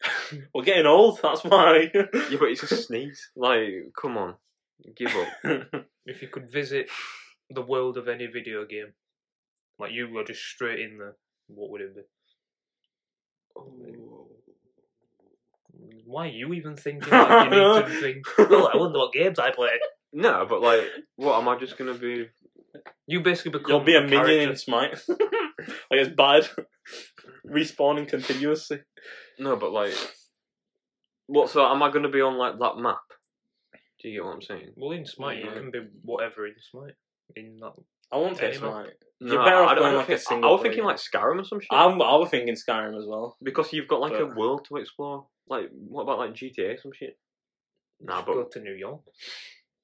Speaker 2: We're getting old. That's why.
Speaker 3: Yeah, but it's a sneeze. Like, come on, give up.
Speaker 1: If you could visit the world of any video game, like you were just straight in there, what would it be? Why are you even thinking like you need to think? Well, I wonder what games I play.
Speaker 3: No, but like, what am I just gonna be?
Speaker 1: You basically become.
Speaker 2: You'll be a minion in
Speaker 1: character.
Speaker 2: Smite. like it's bad. Respawning continuously.
Speaker 3: No, but like, what? So am I gonna be on like that map? Do you get what I'm saying?
Speaker 1: Well, in Smite, you
Speaker 3: Yeah.
Speaker 1: can be whatever in Smite. In that,
Speaker 2: I won't take
Speaker 1: Anyway.
Speaker 2: Smite.
Speaker 3: No,
Speaker 2: You're better off
Speaker 3: I, I don't
Speaker 2: going
Speaker 3: I
Speaker 2: like a
Speaker 3: think- I
Speaker 2: single
Speaker 3: was
Speaker 2: player.
Speaker 3: thinking like Skyrim or some shit.
Speaker 2: I'm, I was thinking Skyrim as well.
Speaker 3: because you've got like a
Speaker 2: But-
Speaker 3: world to explore. Like, what about like GTA or some shit? Nah,
Speaker 1: Just
Speaker 3: but-
Speaker 1: go to New York.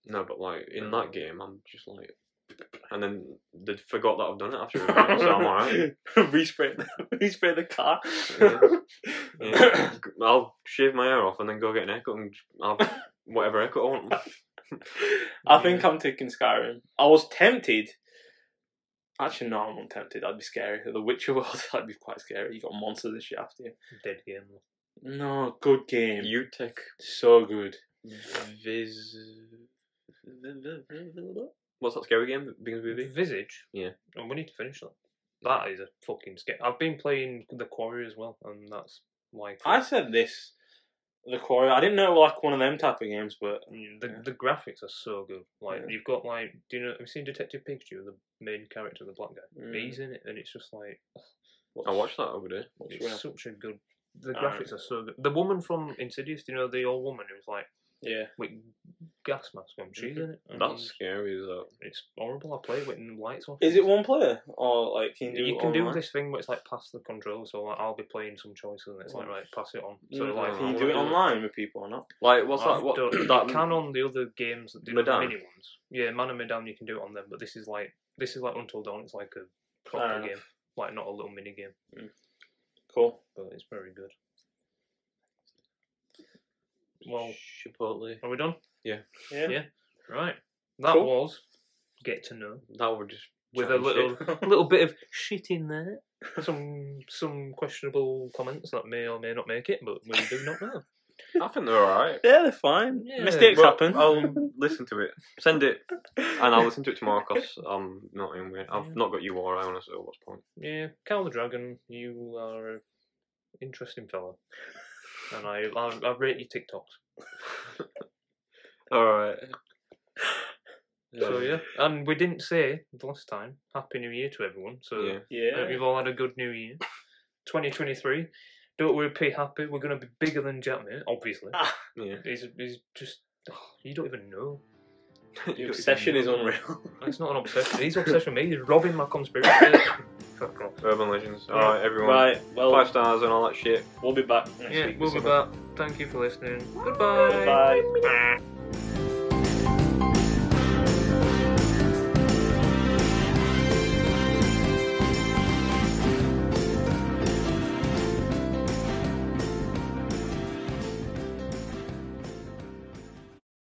Speaker 3: No, but like in
Speaker 1: Mm.
Speaker 3: that game, I'm just like, and then they forgot that I've done it after, a while, so I'm alright.
Speaker 2: respray, respray the car.
Speaker 3: Yeah. I'll shave my hair off and then go get an haircut and have whatever haircut I want.
Speaker 2: I think I'm taking Skyrim. I was tempted. Actually, no, I'm not tempted. I'd be scary. The Witcher world, that'd be quite scary. You got monsters and shit after you.
Speaker 1: Dead game.
Speaker 2: No, good game.
Speaker 3: You take
Speaker 2: so good.
Speaker 3: Viz. What's that scary game? that Begins with V.
Speaker 1: Visage.
Speaker 3: Yeah.
Speaker 1: And we need to finish that. That is a fucking scare. I've been playing The Quarry as well, and that's like
Speaker 2: I said this. The Quarry. I didn't know it was like one of them type of games, but
Speaker 1: Mm, the
Speaker 2: Yeah.
Speaker 1: the graphics are so good. Like
Speaker 2: Yeah.
Speaker 1: you've got like, do you know? Have you seen Detective Pikachu? The main character, the black guy.
Speaker 2: Mm. Oh,
Speaker 1: He's in it, and it's just like
Speaker 3: I watched that over there.
Speaker 2: what's
Speaker 1: it's
Speaker 2: real?
Speaker 1: such a good. The
Speaker 2: I
Speaker 1: graphics are so good. The woman from Insidious, do you know the old woman who's like
Speaker 2: yeah.
Speaker 1: with gas mask on? She's
Speaker 2: Mm-hmm.
Speaker 1: in it. and
Speaker 3: That's scary as hell.
Speaker 1: it's horrible. I play it with lights off.
Speaker 2: Is it one player or like can you do?
Speaker 1: You
Speaker 2: it
Speaker 1: can do
Speaker 2: online?
Speaker 1: this thing where it's like pass the control, so like, I'll be playing some choices, and it's like right, pass it on. So
Speaker 2: Mm,
Speaker 1: like,
Speaker 3: I
Speaker 2: can you
Speaker 3: wanna
Speaker 2: do it
Speaker 3: do it.
Speaker 2: online with people or not?
Speaker 3: Like, what's
Speaker 1: I've
Speaker 3: that? What
Speaker 1: done-
Speaker 3: that?
Speaker 1: you can on the other games that do the
Speaker 3: Medan?
Speaker 1: mini ones. Yeah, Man and Medan, you can do it on them, but this is like this is like Until Dawn. It's like a
Speaker 2: Fair
Speaker 1: proper
Speaker 2: enough.
Speaker 1: game, like not a little mini game,
Speaker 2: Cool.
Speaker 1: but it's very good. Well,
Speaker 3: Chipotle.
Speaker 1: are we done?
Speaker 2: Yeah.
Speaker 1: Yeah. Right, that
Speaker 2: Cool.
Speaker 1: was get to know
Speaker 3: That would just
Speaker 1: with a
Speaker 3: chatting
Speaker 1: little
Speaker 3: shit.
Speaker 1: little bit of shit in there. Some some questionable comments that may or may not make it, but we do not know.
Speaker 3: I think they're alright.
Speaker 2: Yeah, they're fine.
Speaker 1: Yeah.
Speaker 2: Mistakes
Speaker 3: Well,
Speaker 2: happen.
Speaker 3: I'll listen to it. Send it, and I'll listen to it tomorrow because I'm not in. with- I've not got you or I honestly. So what's the point?
Speaker 1: Yeah, Cal the Dragon, you are an interesting fellow. And I, I, I rate your TikToks.
Speaker 3: All right.
Speaker 1: So, yeah. And we didn't say the last time, Happy New Year to everyone. So,
Speaker 3: Yeah.
Speaker 1: I hope
Speaker 2: yeah.
Speaker 1: you've all had a good New Year. 2023. Don't worry, P. Happy. We're going to be bigger than Jackman, obviously.
Speaker 3: Yeah.
Speaker 1: He's, he's just. oh, you don't even know.
Speaker 2: The obsession is unreal.
Speaker 1: It's not an obsession. He's obsessed with me. He's robbing my conspiracy. Fuck off.
Speaker 3: Urban legends. All right, everyone.
Speaker 2: Right. Well,
Speaker 3: Five stars and all that shit.
Speaker 2: we'll be back next
Speaker 1: Yeah,
Speaker 2: week.
Speaker 1: we'll
Speaker 2: with
Speaker 1: be
Speaker 2: something.
Speaker 1: back. Thank you for listening.
Speaker 2: Bye.
Speaker 1: Goodbye.